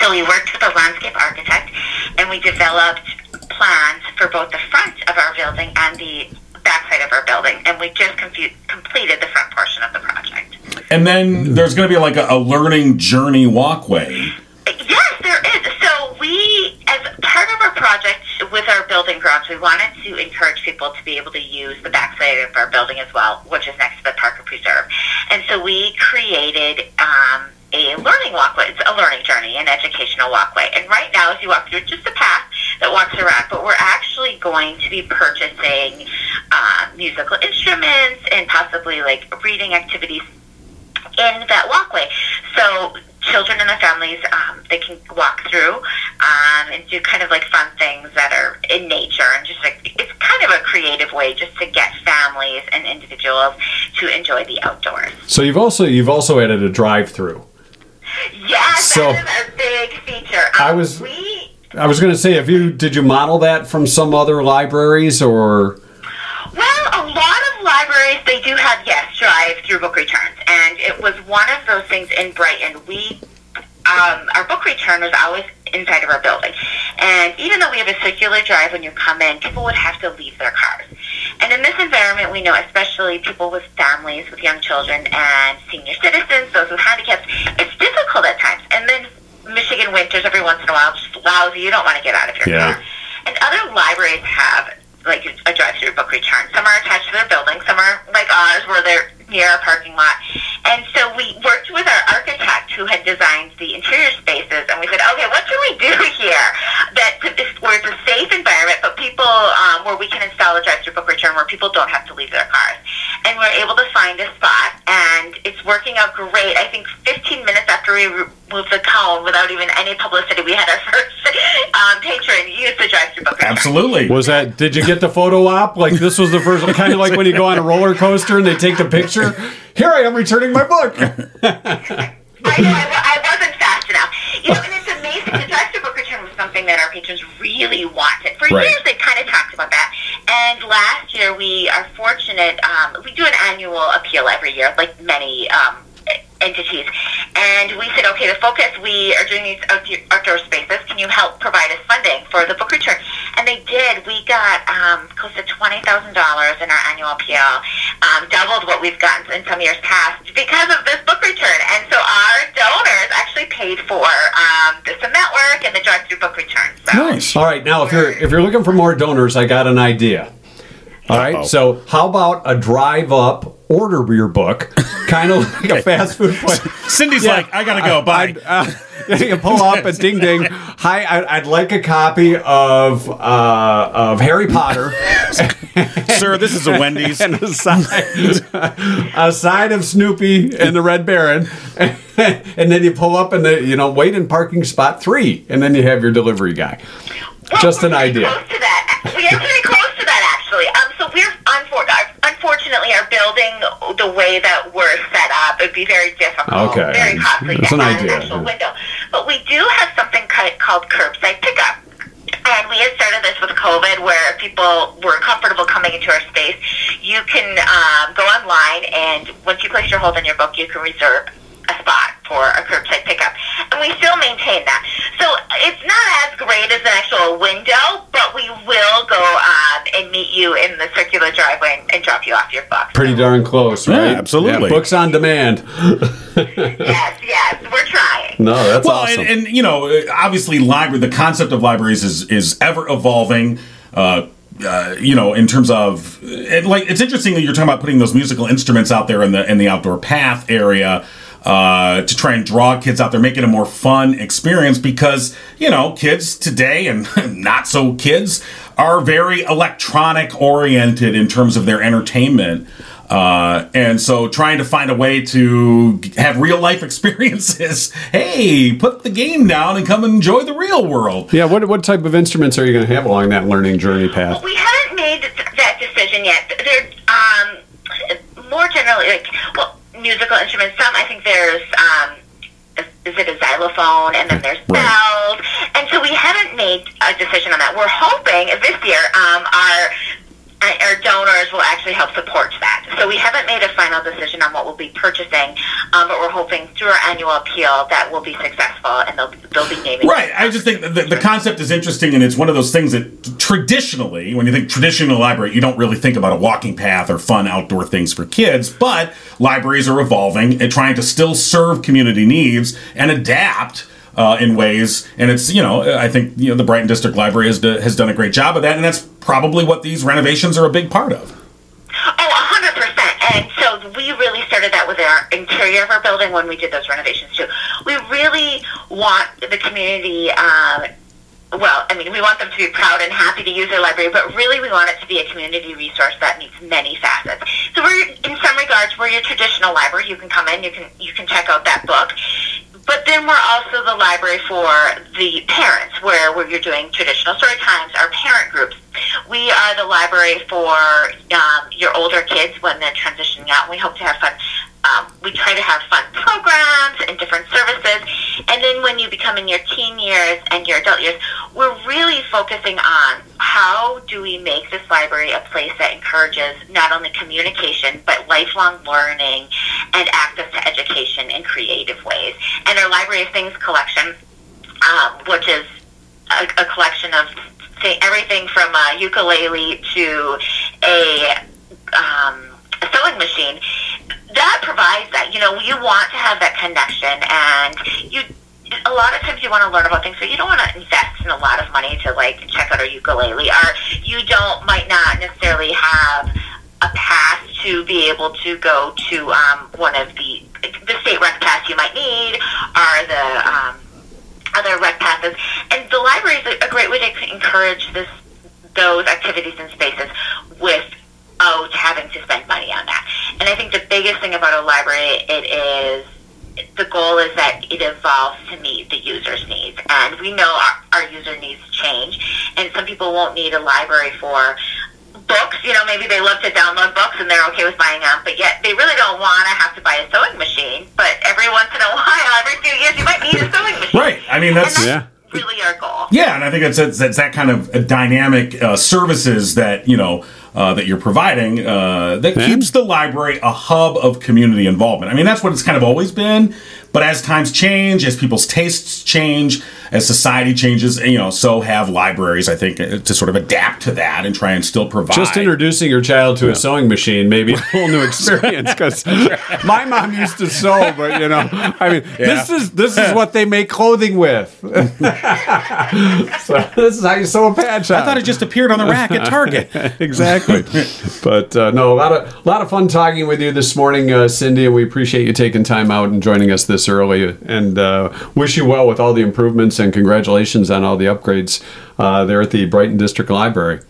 Speaker 6: So we worked with a landscape architect and we developed plans for both the front of our building and the backside of our building. And we just confu- completed the front portion of the project.
Speaker 2: And then there's going to be like a, a learning journey walkway.
Speaker 6: Yes, there is. So we, as part of our project with our building grounds, we wanted to encourage people to be able to use the backside of our building as well, which is next to the Parker Preserve. And so we created um, a learning walkway. It's a learning journey, an educational walkway. And right now, as you walk through, it's just a path that walks around, but we're actually going to be purchasing um, musical instruments and possibly like reading activities in that walkway. So children and their families, um, they can walk through um, and do kind of like fun things that are in nature and just like it's kind of a creative way just to get families and individuals to enjoy the outdoors.
Speaker 3: So you've also you've also added a drive-through.
Speaker 6: Yes,
Speaker 3: So-
Speaker 6: that is a big feature. Um,
Speaker 3: I was-
Speaker 6: we
Speaker 3: I was going to say, have you did you model that from some other libraries or?
Speaker 6: Well, a lot of libraries they do have yes drive through book returns, and it was one of those things in Brighton. We um, our book return was always inside of our building, and even though we have a circular drive when you come in, people would have to leave their cars. And in this environment, we know especially people with families with young children and senior citizens, those with handicaps, it's difficult at times. And then Michigan winters every once in a while just lousy. You don't want to get out of your
Speaker 3: Yeah.
Speaker 6: car. And other libraries have like a drive-through book return. Some are attached to their building. Some are like ours, where they're near a parking lot. And so we worked with our architect who had designed the interior spaces, and we said, okay, what can we do here that where it's a safe environment, but people um, where we can install a drive-through book return where people don't have to leave their cars. And we're able to find a spot, and it's working out great. I think 15 minutes after we removed the cone, without even any publicity, we had our first um, patron use the drive-through book return.
Speaker 2: Absolutely.
Speaker 3: Was that did you get the photo op? Like this was the first kind of like when you go on a roller coaster and they take the picture. Here I am returning my book.
Speaker 6: I know, I, wa- I wasn't fast enough. You know, and it's amazing. The drive-through book return was something that our patrons really wanted. For
Speaker 2: Right.
Speaker 6: years, they kind of talked about that. And last year, we are fortunate. Um, we do an annual appeal every year, like many um, entities. And we said, okay, the focus, we are doing these outdoor- outdoor spaces. Can you help provide us funding for the book return? And they did. We got um, close to $20,000 in our annual appeal, um, doubled what we've gotten in some years past because of this book return. And so our donors actually paid for um, the cement work and the drive-through book return. So.
Speaker 2: nice?
Speaker 3: All right, now if you're if you're looking for more donors, I got an idea. All right, so how about a drive up, order your book, kind of like a fast food place.
Speaker 5: Cindy's
Speaker 3: Yeah.
Speaker 5: like, I gotta go. Bye.
Speaker 3: Uh, you pull up a ding ding. Hi, I, I'd like a copy of uh, of Harry Potter.
Speaker 5: Sir, this is a Wendy's.
Speaker 3: and a side, a side of Snoopy and the Red Baron, and then you pull up and the, you know wait in parking spot three, and then you have your delivery guy.
Speaker 6: Well,
Speaker 3: Just
Speaker 6: Oh, we're
Speaker 3: an
Speaker 6: pretty
Speaker 3: idea.
Speaker 6: Close to that. We are pretty close to that, actually. Um, so we're unfor- unfortunately our building the way that we're set up would be very difficult,
Speaker 3: Okay.
Speaker 6: Oh, very costly.
Speaker 3: That's
Speaker 6: to
Speaker 3: an
Speaker 6: add
Speaker 3: idea.
Speaker 6: actual window, but we do have something ca- called curbside pickup. And we had started this with COVID where if people were comfortable coming into our space. You can um, go online and once you place your hold on your book, you can reserve a spot for a curbside pickup. And we still maintain that. So it's not as great as an actual window, but we will go um, and meet you in the circular driveway and, and drop you off your book.
Speaker 3: Pretty darn close,
Speaker 2: Yeah,
Speaker 3: right?
Speaker 2: absolutely.
Speaker 3: books on demand.
Speaker 6: yes, yes, we're trying.
Speaker 3: No, that's
Speaker 2: well,
Speaker 3: awesome.
Speaker 2: and, and you know, obviously, library. The concept of libraries is is ever evolving. Uh, uh, you know, in terms of it, like, it's interesting that you're talking about putting those musical instruments out there in the in the outdoor path area uh, to try and draw kids out there, make it a more fun experience because you know, kids today and not so kids are very electronic oriented in terms of their entertainment. Uh, and so trying to find a way to have real life experiences. hey, put the game down and come enjoy the real world.
Speaker 3: yeah, what what type of instruments are you going to have along that learning journey path?
Speaker 6: We haven't made th- that decision yet. They're um, more generally like well, musical instruments. Some I think there's um, is it a xylophone, and then there's
Speaker 2: Right.
Speaker 6: bells, and so we haven't made a decision on that. We're hoping this year um, our uh, our donors will actually help support that. So we haven't made a final decision on what we'll be purchasing, um, but we're hoping through our annual appeal that we'll be successful and they'll they'll be naming
Speaker 2: Right. I just think that the, the concept is interesting, and it's one of those things that traditionally, when you think traditional library, you don't really think about a walking path or fun outdoor things for kids. But libraries are evolving and trying to still serve community needs and adapt. Uh, in ways, and it's you know I think you know the Brighton District Library has, do, has done a great job of that, and that's probably what these renovations are a big part of.
Speaker 6: Oh, a hundred percent. And so we really started that with our interior of our building when we did those renovations too. We really want the community. Um, well, I mean, we want them to be proud and happy to use their library, but really we want it to be a community resource that meets many facets. So we're, in some regards, we're your traditional library. You can come in, you can you can check out that book, but then we're also the library for the parents, where where you're doing traditional story times, our parent groups. We are the library for um, your older kids when they're transitioning out. And we hope to have fun. Um, we try to have fun programs and different services. And then when you become in your teen years and your adult years, we're really focusing on how do we make this library a place that encourages not only communication but lifelong learning and access to education in creative ways. And our Library of Things collection, um, which is a, a collection of th- everything from a ukulele to a, um, a sewing machine. That provides that. You know, you want to have that connection, and you. A lot of times you want to learn about things, so you don't want to invest in a lot of money to like check out a ukulele, or you don't might not necessarily have a pass to be able to go to um, one of the the state rec pass you might need, or the um, other rec passes. And the library is a, a great way to encourage this those activities and spaces without having to spend money on that. And I think the biggest thing about a library it is the goal is that it evolves to meet the user's needs. And we know our, our user needs change. And some people won't need a library for books. You know, maybe they love to download books and they're okay with buying them, but yet they really don't want to have to buy a sewing machine. But every once in a while, every few years, you might need a sewing machine.
Speaker 2: Right. I mean that's
Speaker 6: And that's
Speaker 3: Yeah.
Speaker 6: really our goal.
Speaker 2: Yeah, and I think that's that's, that's that kind of uh, dynamic uh, services that you know uh, that you're providing uh, that keeps the library a hub of community involvement. I mean, that's what it's kind of always been, but as times change, as people's tastes change, as society changes, you know, so have libraries. I think uh, to sort of adapt to that and try and still provide.
Speaker 3: Just introducing your child to a sewing machine may be a whole new experience because my mom used to sew, but you know, I mean, this is this is what they make clothing with. so this is how you sew a patch.
Speaker 2: I thought it just appeared on the rack at Target.
Speaker 3: exactly. but uh, no, a lot of a lot of fun talking with you this morning, uh, Cindy, and we appreciate you taking time out and joining us this early. And uh, wish you well with all the improvements and congratulations on all the upgrades uh, there at the Brighton District Library.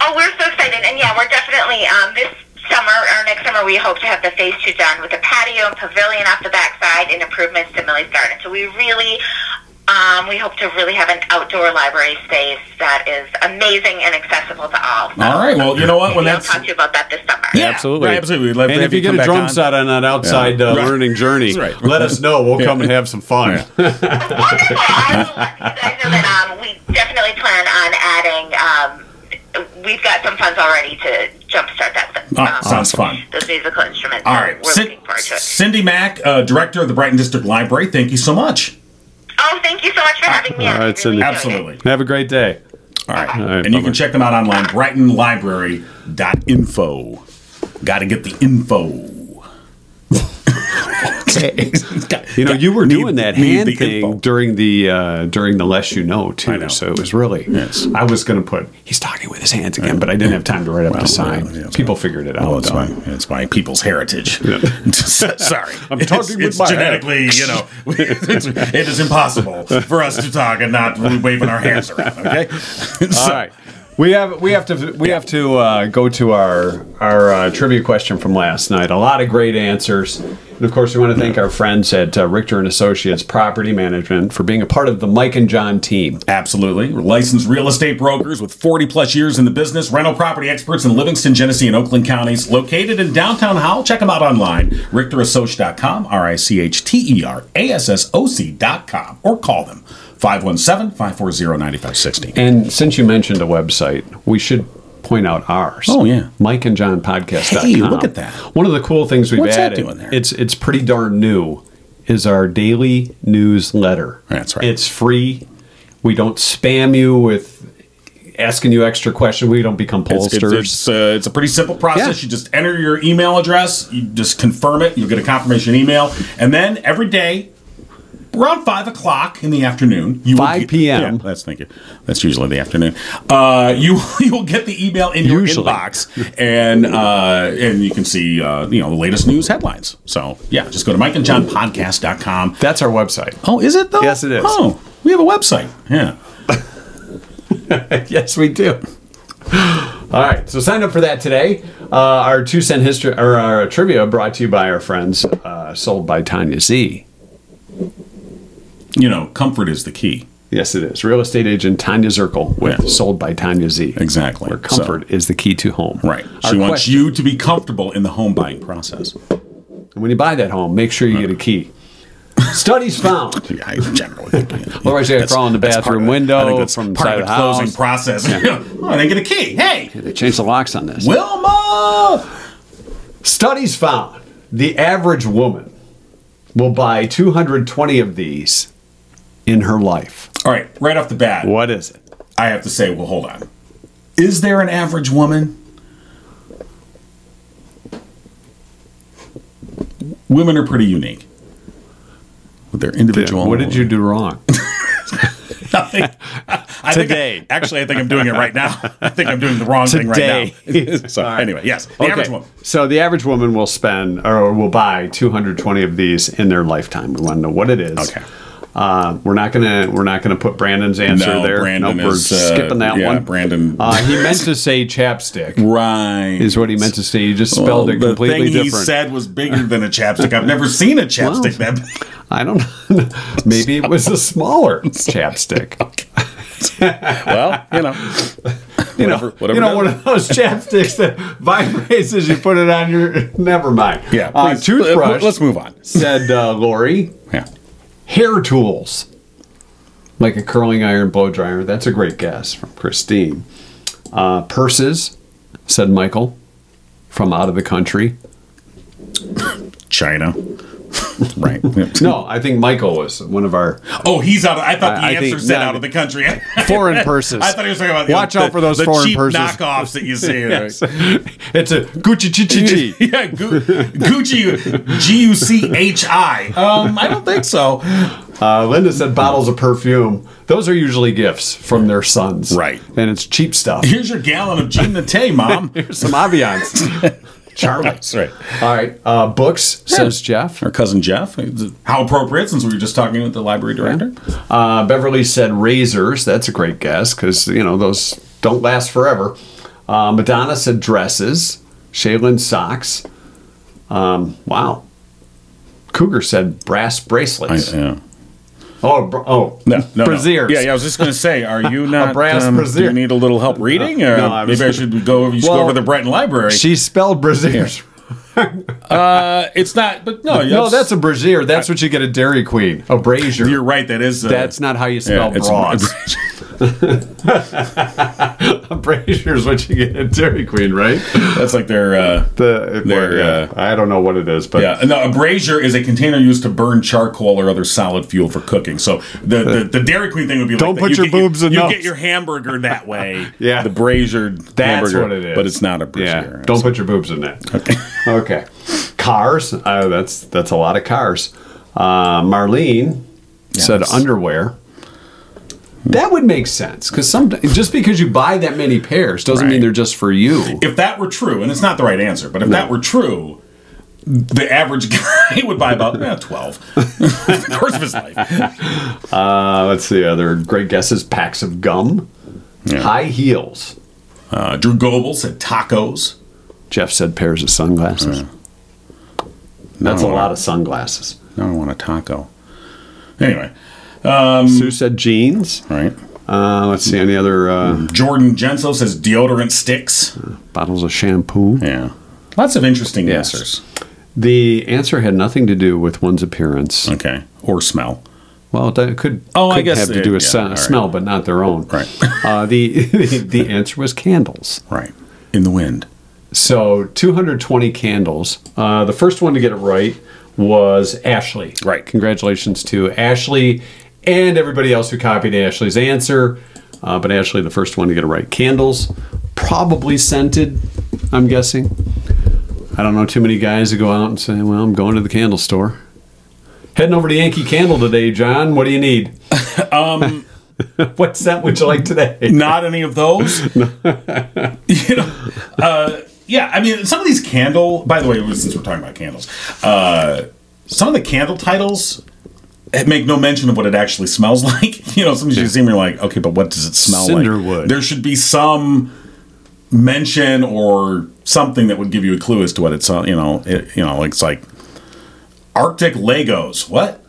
Speaker 6: Oh, we're so excited. And yeah, we're definitely um, this summer or next summer, we hope to have the phase two done with a patio and pavilion off the backside and improvements to Millie's Garden. So we really. Um, Um, we hope to really have an outdoor library space that is amazing and accessible to all. So
Speaker 2: All right. Oh, Well, you know what? When
Speaker 6: maybe I'll
Speaker 2: that's
Speaker 6: talk to you about that this summer.
Speaker 2: Yeah,
Speaker 5: Absolutely.
Speaker 2: right, absolutely. We'd love to
Speaker 3: And
Speaker 2: have
Speaker 3: if you get
Speaker 2: come
Speaker 3: a
Speaker 2: back
Speaker 3: drum
Speaker 2: on.
Speaker 3: set on that outside uh,
Speaker 2: Right.
Speaker 3: learning journey,
Speaker 2: That's right.
Speaker 3: let us know. We'll come and have some fun.
Speaker 6: Wonderful. I will let you guys know that um, we definitely plan on adding. Um, we've got some funds already to jumpstart that. Um,
Speaker 2: Ah, sounds fun.
Speaker 6: Those musical instruments.
Speaker 2: All
Speaker 6: so
Speaker 2: right.
Speaker 6: We're
Speaker 2: Cin-
Speaker 6: looking forward to it.
Speaker 2: Cindy Mack, uh, director of the Brighton District Library. Thank you so much.
Speaker 6: Oh, thank you so much for having me.
Speaker 3: All
Speaker 6: on.
Speaker 3: right,
Speaker 6: I
Speaker 3: Cindy.
Speaker 6: enjoyed it.
Speaker 2: Absolutely.
Speaker 3: Have a great day.
Speaker 2: All right.
Speaker 3: right,
Speaker 2: and you
Speaker 3: bye-bye.
Speaker 2: can check them out online, brightonlibrary.info. Got to get the info.
Speaker 3: You know, you were doing that
Speaker 2: need
Speaker 3: hand
Speaker 2: the
Speaker 3: thing
Speaker 2: info.
Speaker 3: during the uh, during the less you know too.
Speaker 2: know.
Speaker 3: So it was really.
Speaker 2: Yes.
Speaker 3: I was going to put he's talking with his hands again, but I didn't have time to write up the sign.
Speaker 2: well, yeah, it's
Speaker 3: People figured it out.
Speaker 2: Oh, it's
Speaker 3: though.
Speaker 2: my, it's my people's heritage. Sorry. I'm
Speaker 3: talking with
Speaker 2: it's
Speaker 3: my
Speaker 2: genetically, you know, it's, it is impossible for us to talk and not waving our hands around, okay?
Speaker 3: All right. We have we have to we have to uh, go to our our uh, trivia question from last night. A lot of great answers, and of course, we want to thank our friends at uh, Richter and Associates Property Management for being a part of the Mike and John team.
Speaker 2: Absolutely. We're licensed real estate brokers with 40 plus years in the business, rental property experts in Livingston, Genesee, and Oakland counties, located in downtown Howell. Check them out online, richterassoc.com, R I C H T E R A S S O C.com, or call them 517 540 9560.
Speaker 3: And since you mentioned a website, we should point out ours.
Speaker 2: Oh, yeah.
Speaker 3: Mike and John Podcast.
Speaker 2: Hey, look at that.
Speaker 3: One of the cool things we've
Speaker 2: What's that
Speaker 3: added
Speaker 2: doing there?
Speaker 3: it's it's pretty darn new is our daily newsletter.
Speaker 2: That's right.
Speaker 3: It's free. We don't spam you with asking you extra questions. We don't become
Speaker 2: It's, it's,
Speaker 3: pollsters.
Speaker 2: it's, uh, it's a pretty simple process.
Speaker 3: Yeah.
Speaker 2: You just enter your email address, you just confirm it, you'll get a confirmation email, and then every day, around five o'clock in the afternoon, you will
Speaker 3: 5
Speaker 2: get-
Speaker 3: p.m..
Speaker 2: Yeah, that's thank you. That's usually the afternoon. Uh, you you will get the email in your
Speaker 3: Usually.
Speaker 2: inbox, and uh, and you can see uh, you know the latest news headlines. So yeah, just go to mikeandjohnpodcast.com.
Speaker 3: That's our website.
Speaker 2: Oh, is it though?
Speaker 3: Yes, it is.
Speaker 2: Oh, we have a website. Yeah.
Speaker 3: yes, we do. All right, so sign up for that today. Uh, our two cent history or our trivia brought to you by our friends, uh, sold by Tanya Z.
Speaker 2: You know, comfort is the key.
Speaker 3: Yes, it is. Real estate agent Tanya Zirkel with
Speaker 2: Yeah.
Speaker 3: Sold by Tanya Z.
Speaker 2: Exactly.
Speaker 3: Where comfort is the key to home.
Speaker 2: Right.
Speaker 3: Our
Speaker 2: she wants
Speaker 3: question-
Speaker 2: you to be comfortable in the home buying process.
Speaker 3: When you buy that home, make sure you get a key. Studies found.
Speaker 2: Yeah, I generally think.
Speaker 3: Otherwise, you gotta crawl in the
Speaker 2: that's part
Speaker 3: bathroom
Speaker 2: of it.
Speaker 3: window
Speaker 2: I think that's
Speaker 3: from
Speaker 2: part
Speaker 3: side
Speaker 2: of
Speaker 3: of
Speaker 2: the
Speaker 3: the
Speaker 2: closing
Speaker 3: house.
Speaker 2: process. oh, I didn't get a key. Hey,
Speaker 3: They changed the locks on this.
Speaker 2: Wilma.
Speaker 3: Studies found the average woman will buy 220 of these in her life.
Speaker 2: All right, right off the bat,
Speaker 3: What is it?
Speaker 2: I have to say, well, hold on. Is there an average woman? Women are pretty unique with their individual.
Speaker 3: What did you do wrong?
Speaker 2: Nothing. I think I-
Speaker 5: Today.
Speaker 2: actually, I think I'm doing it right now. I think I'm doing the wrong thing right now.
Speaker 3: Today.
Speaker 2: so,
Speaker 3: All right.
Speaker 2: anyway, yes, the average woman.
Speaker 3: So the average woman will spend or will buy 220 of these in their lifetime. We want to know what it is.
Speaker 2: Okay.
Speaker 3: Uh, we're not gonna we're not gonna put Brandon's answer
Speaker 2: No,
Speaker 3: there.
Speaker 2: Brandon
Speaker 3: nope, we're
Speaker 2: is, uh,
Speaker 3: skipping that
Speaker 2: yeah,
Speaker 3: one.
Speaker 2: Brandon-
Speaker 3: Uh, he meant to say chapstick
Speaker 2: Right.
Speaker 3: is what he meant to say. He just
Speaker 2: Well,
Speaker 3: spelled it completely
Speaker 2: the thing
Speaker 3: different.
Speaker 2: he said was bigger than a chapstick. I've never seen a chapstick that big.
Speaker 3: I don't. know. Maybe it was a smaller chapstick.
Speaker 5: well, you know.
Speaker 3: you know,
Speaker 5: Whatever- whatever
Speaker 3: you know,
Speaker 5: does
Speaker 3: one
Speaker 5: it.
Speaker 3: of those chapsticks that vibrates as you put it on your. Never mind.
Speaker 2: Yeah,
Speaker 3: uh,
Speaker 2: please,
Speaker 3: toothbrush.
Speaker 5: let's move on.
Speaker 3: Said uh, Lori.
Speaker 2: Yeah.
Speaker 3: hair tools like a curling iron blow dryer that's a great guess from christine uh, purses said michael from out of the country
Speaker 2: China. right.
Speaker 3: no i think michael was one of our
Speaker 2: Oh, he's out. Of, I thought the
Speaker 3: I- I
Speaker 2: answer
Speaker 3: think-
Speaker 2: said
Speaker 3: no,
Speaker 2: out of the country. I
Speaker 3: foreign purses
Speaker 2: thought he was talking about the-
Speaker 3: Watch
Speaker 2: the,
Speaker 3: out for those
Speaker 2: the
Speaker 3: foreign
Speaker 2: cheap
Speaker 3: purses.
Speaker 2: knockoffs that you see.
Speaker 3: Yes. it's a gucci chi chi chi
Speaker 2: Yeah, Gu- Gucci, G U C H I. Um, I don't think so.
Speaker 3: uh, linda said bottles of perfume those are usually gifts from their sons
Speaker 2: Right.
Speaker 3: and it's cheap stuff
Speaker 2: Here's your gallon of gin natte, mom.
Speaker 3: some aviance charlie
Speaker 2: That's right.
Speaker 3: all right uh, books says jeff
Speaker 2: Our cousin Jeff. How appropriate, since we were just talking with the library director.
Speaker 3: Uh, Beverly said razors. That's a great guess because you know those don't last forever. Uh, Madonna said dresses. Shaylin socks. Um, wow. Cougar said brass bracelets.
Speaker 2: yeah.
Speaker 3: Oh, br- oh,
Speaker 2: No, no, no.
Speaker 3: Braziers.
Speaker 2: Yeah, yeah. I was just going to say, are you not?
Speaker 3: brass
Speaker 2: um, do
Speaker 3: brazier.
Speaker 2: you need a little help reading? Or
Speaker 3: No, I was-
Speaker 2: maybe I should go. You should
Speaker 3: Well,
Speaker 2: go over to the Breton Library.
Speaker 3: She spelled braziers.
Speaker 2: uh, it's not, but no,
Speaker 3: No, that's a brazier. That's what you get at Dairy Queen. A brazier.
Speaker 2: You're right. That is. Uh,
Speaker 3: That's not how you
Speaker 2: yeah,
Speaker 3: spell
Speaker 2: it's-
Speaker 3: bras. A brazier is what you get at Dairy Queen, right?
Speaker 2: that's like their. Uh,
Speaker 3: The,
Speaker 2: They're,
Speaker 3: yeah. I don't know what it is, but
Speaker 2: yeah, no, a brazier is a container used to burn charcoal or other solid fuel for cooking. So the the, the Dairy Queen thing would be
Speaker 3: Don't
Speaker 2: like
Speaker 3: put
Speaker 2: that.
Speaker 3: your
Speaker 2: you get
Speaker 3: boobs in
Speaker 2: You
Speaker 3: those.
Speaker 2: get your hamburger that way.
Speaker 3: Yeah.
Speaker 2: the brazier.
Speaker 3: That's
Speaker 2: hamburger,
Speaker 3: what it is.
Speaker 2: But it's not a
Speaker 3: yeah.
Speaker 2: brazier.
Speaker 3: Don't put your boobs in that. Okay. okay. Cars. Uh, that's that's a lot of cars. Uh, Marlene said
Speaker 2: that's-
Speaker 3: underwear. That would make sense because some just because you buy that many pairs doesn't mean
Speaker 2: Right.
Speaker 3: they're just for you.
Speaker 2: if that were true, and it's not the right answer, but if that were true, the average guy would buy about eh, 12 in the course of his life.
Speaker 3: Uh, let's see. Other great guesses: packs of gum, high heels.
Speaker 2: Uh, Drew Goebel said tacos.
Speaker 3: Jeff said pairs of sunglasses. That's a lot of sunglasses.
Speaker 2: Now I want a taco. Anyway,
Speaker 3: Sue said jeans.
Speaker 2: all right.
Speaker 3: Uh, let's see any other uh,
Speaker 2: Jordan Genso says deodorant sticks.
Speaker 3: bottles of shampoo.
Speaker 2: Yeah. Lots of interesting
Speaker 3: Yes.
Speaker 2: answers.
Speaker 3: The answer had nothing to do with one's appearance.
Speaker 2: Okay. Or smell.
Speaker 3: Well, that could,
Speaker 2: Mm. Oh, I
Speaker 3: could
Speaker 2: guess
Speaker 3: have to
Speaker 2: it-
Speaker 3: do
Speaker 2: yeah,
Speaker 3: with sen-
Speaker 2: all right.
Speaker 3: smell, but not their own.
Speaker 2: Right.
Speaker 3: Uh, the, the answer was candles.
Speaker 2: Right. In the wind.
Speaker 3: So 220 candles. Uh, the first one to get it right was Ashley.
Speaker 2: Right.
Speaker 3: Congratulations to Ashley and everybody else who copied Ashley's answer. Uh, but Ashley, the first one to get it right. Candles, probably scented, I'm guessing. I don't know too many guys who go out and say, well, I'm going to the candle store. Heading over to Yankee Candle today, John. What do you need? um, what scent would you like today?
Speaker 2: not any of those. you know, uh, yeah. I mean, some of these candle. By the way, since we're talking about candles, uh, some of the candle titles make no mention of what it actually smells like. You know, sometimes you see them, you're like, okay, but what does it smell like?
Speaker 3: Cinderwood.
Speaker 2: There should be some mention or something that would give you a clue as to what it's. uh, You know, it, you know, it's like Arctic Legos. What?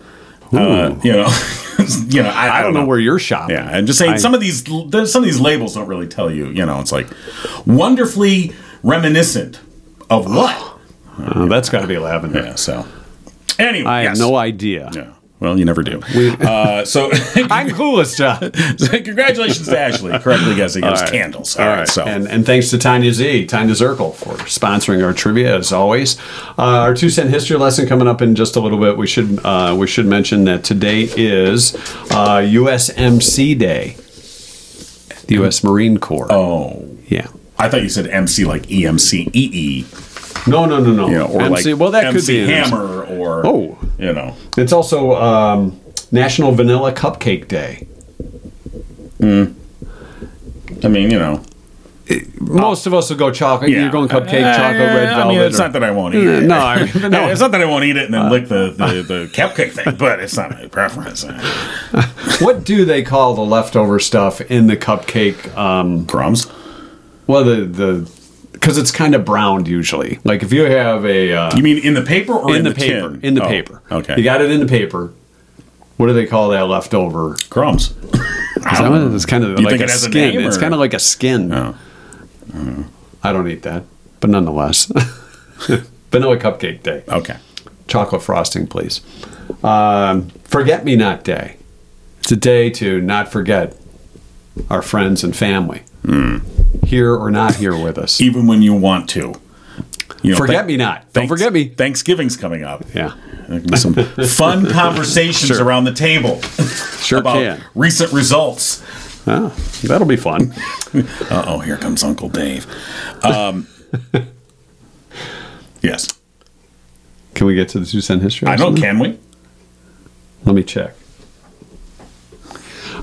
Speaker 2: Uh, you know. You know, I,
Speaker 3: I don't know where you're shopping.
Speaker 2: yeah, I'm just saying
Speaker 3: I-
Speaker 2: some of these there's some of these labels don't really tell you. You know, it's like wonderfully reminiscent of what.
Speaker 3: Oh, that's got to be lavender.
Speaker 2: Yeah. So anyway,
Speaker 3: I
Speaker 2: yes.
Speaker 3: have no idea.
Speaker 2: Yeah. Well, you never do. uh, so,
Speaker 3: I'm clueless, John.
Speaker 2: so congratulations to Ashley, correctly guessing it was
Speaker 3: right.
Speaker 2: candles. All right. So
Speaker 3: And, and thanks to Tanya Z, Tanya Zirkle, for sponsoring our trivia as always. Uh, our two cent history lesson coming up in just a little bit. We should uh, we should mention that today is uh, USMC Day, the U.S. Marine Corps.
Speaker 2: oh,
Speaker 3: yeah.
Speaker 2: I thought you said MC like E EMC EE,
Speaker 3: No, no, no, no.
Speaker 2: you know, or
Speaker 3: MC,
Speaker 2: like
Speaker 3: well, that could
Speaker 2: MC
Speaker 3: be
Speaker 2: Hammer or
Speaker 3: Oh.
Speaker 2: you know,
Speaker 3: It's also um, National Vanilla Cupcake Day.
Speaker 2: I mean, you know,
Speaker 3: Most of us will go chocolate.
Speaker 2: Oh. yeah.
Speaker 3: You're going cupcake,
Speaker 2: Uh,
Speaker 3: chocolate, red
Speaker 2: I
Speaker 3: velvet.
Speaker 2: mean, it's
Speaker 3: or- Mm,
Speaker 2: not that I won't eat. it.
Speaker 3: no, I mean,
Speaker 2: No,
Speaker 3: no, Uh,
Speaker 2: it's not that I won't eat it and then lick the, the, the cupcake thing, but it's not my preference.
Speaker 3: What do they call the leftover stuff in the cupcake? Um,
Speaker 2: Crumbs.
Speaker 3: well, the the because it's kind of browned usually. Like if you have a uh,
Speaker 2: You mean in the paper or in,
Speaker 3: in the, paper,
Speaker 2: tin?
Speaker 3: in the
Speaker 2: Oh,
Speaker 3: paper,
Speaker 2: Okay.
Speaker 3: you got it in the paper. What do they call that leftover?
Speaker 2: crumbs.
Speaker 3: Some of it's kind of
Speaker 2: You
Speaker 3: like
Speaker 2: think
Speaker 3: a
Speaker 2: it has a
Speaker 3: skin.
Speaker 2: name,
Speaker 3: it's
Speaker 2: or-
Speaker 3: kind of like a skin.
Speaker 2: Oh.
Speaker 3: I don't eat that, but nonetheless, vanilla cupcake day,
Speaker 2: Okay.
Speaker 3: chocolate frosting, please. Um, forget me not day. It's a day to not forget our friends and family. Here or not here with us.
Speaker 2: Even when Hmm. you want to. You know,
Speaker 3: Forget
Speaker 2: thank-
Speaker 3: me not. Don't
Speaker 2: thanks-
Speaker 3: forget me.
Speaker 2: Thanksgiving's coming up.
Speaker 3: Yeah,
Speaker 2: There can be Some fun conversations around the table
Speaker 3: sure
Speaker 2: about
Speaker 3: can.
Speaker 2: recent results.
Speaker 3: Ah, that'll be fun.
Speaker 2: Uh oh, here comes Uncle Dave. Um, yes.
Speaker 3: Can we get to the two cent history?
Speaker 2: I don't. Can we?
Speaker 3: Let me check.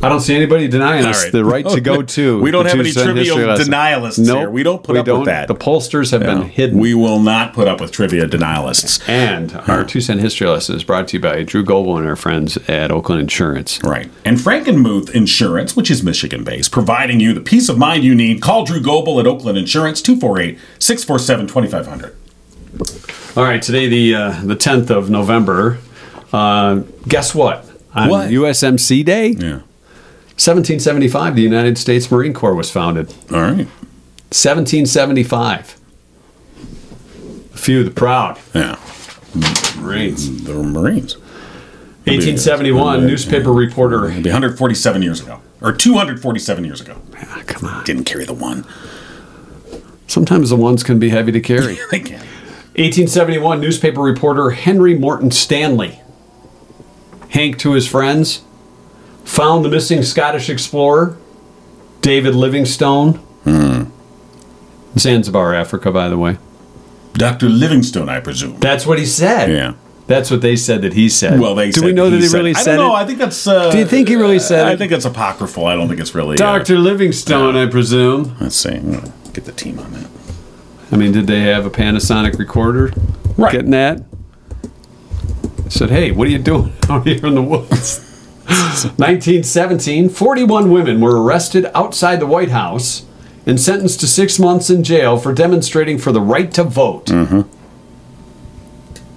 Speaker 3: I don't see anybody denying us
Speaker 2: All right.
Speaker 3: the right to go to.
Speaker 2: We don't
Speaker 3: the
Speaker 2: have
Speaker 3: two
Speaker 2: any
Speaker 3: cent history
Speaker 2: trivial
Speaker 3: lesson.
Speaker 2: denialists
Speaker 3: Nope,
Speaker 2: here. We don't put up with that.
Speaker 3: The pollsters have
Speaker 2: No.
Speaker 3: been hidden.
Speaker 2: We will not put up with trivia denialists.
Speaker 3: and our two cent history lesson is brought to you by Drew Goble and our friends at Oakland Insurance.
Speaker 2: Right. And Frankenmuth Insurance, which is Michigan based, providing you the peace of mind you need. Call Drew Goble at Oakland Insurance, 248 647 2500.
Speaker 3: All right, today the uh, the tenth of November. Uh, guess what? on
Speaker 2: What?
Speaker 3: USMC Day.
Speaker 2: Yeah.
Speaker 3: 1775, the United States Marine Corps was founded.
Speaker 2: All right.
Speaker 3: 1775. A few of the proud.
Speaker 2: Yeah.
Speaker 3: Marines.
Speaker 2: The Marines.
Speaker 3: 1871, newspaper reporter.
Speaker 2: It'd be 147 years ago. Or 247 years ago.
Speaker 3: Ah, come on.
Speaker 2: Didn't carry the one.
Speaker 3: Sometimes the ones can be heavy to carry.
Speaker 2: They can't.
Speaker 3: 1871, newspaper reporter Henry Morton Stanley. Hank to his friends. Found the missing Scottish explorer, David Livingstone.
Speaker 2: Hmm.
Speaker 3: Zanzibar, Africa, by the way.
Speaker 2: Dr. Livingstone, I presume.
Speaker 3: That's what he said.
Speaker 2: Yeah.
Speaker 3: That's what they said that he said.
Speaker 2: Well, they
Speaker 3: Do
Speaker 2: said
Speaker 3: we know that he
Speaker 2: said-
Speaker 3: really said
Speaker 2: I don't know.
Speaker 3: it?
Speaker 2: I think that's. Uh,
Speaker 3: Do you think he really said
Speaker 2: I
Speaker 3: it?
Speaker 2: think it's apocryphal. I don't think it's really. uh,
Speaker 3: Dr. Livingstone, I presume.
Speaker 2: let's see. I'm gonna Get the team on that.
Speaker 3: I mean, did they have a Panasonic recorder?
Speaker 2: Right.
Speaker 3: Getting that? I said, hey, what are you doing out here in the woods? 1917, 41 women were arrested outside the White House and sentenced to six months in jail for demonstrating for the right to vote.
Speaker 2: Mm-hmm.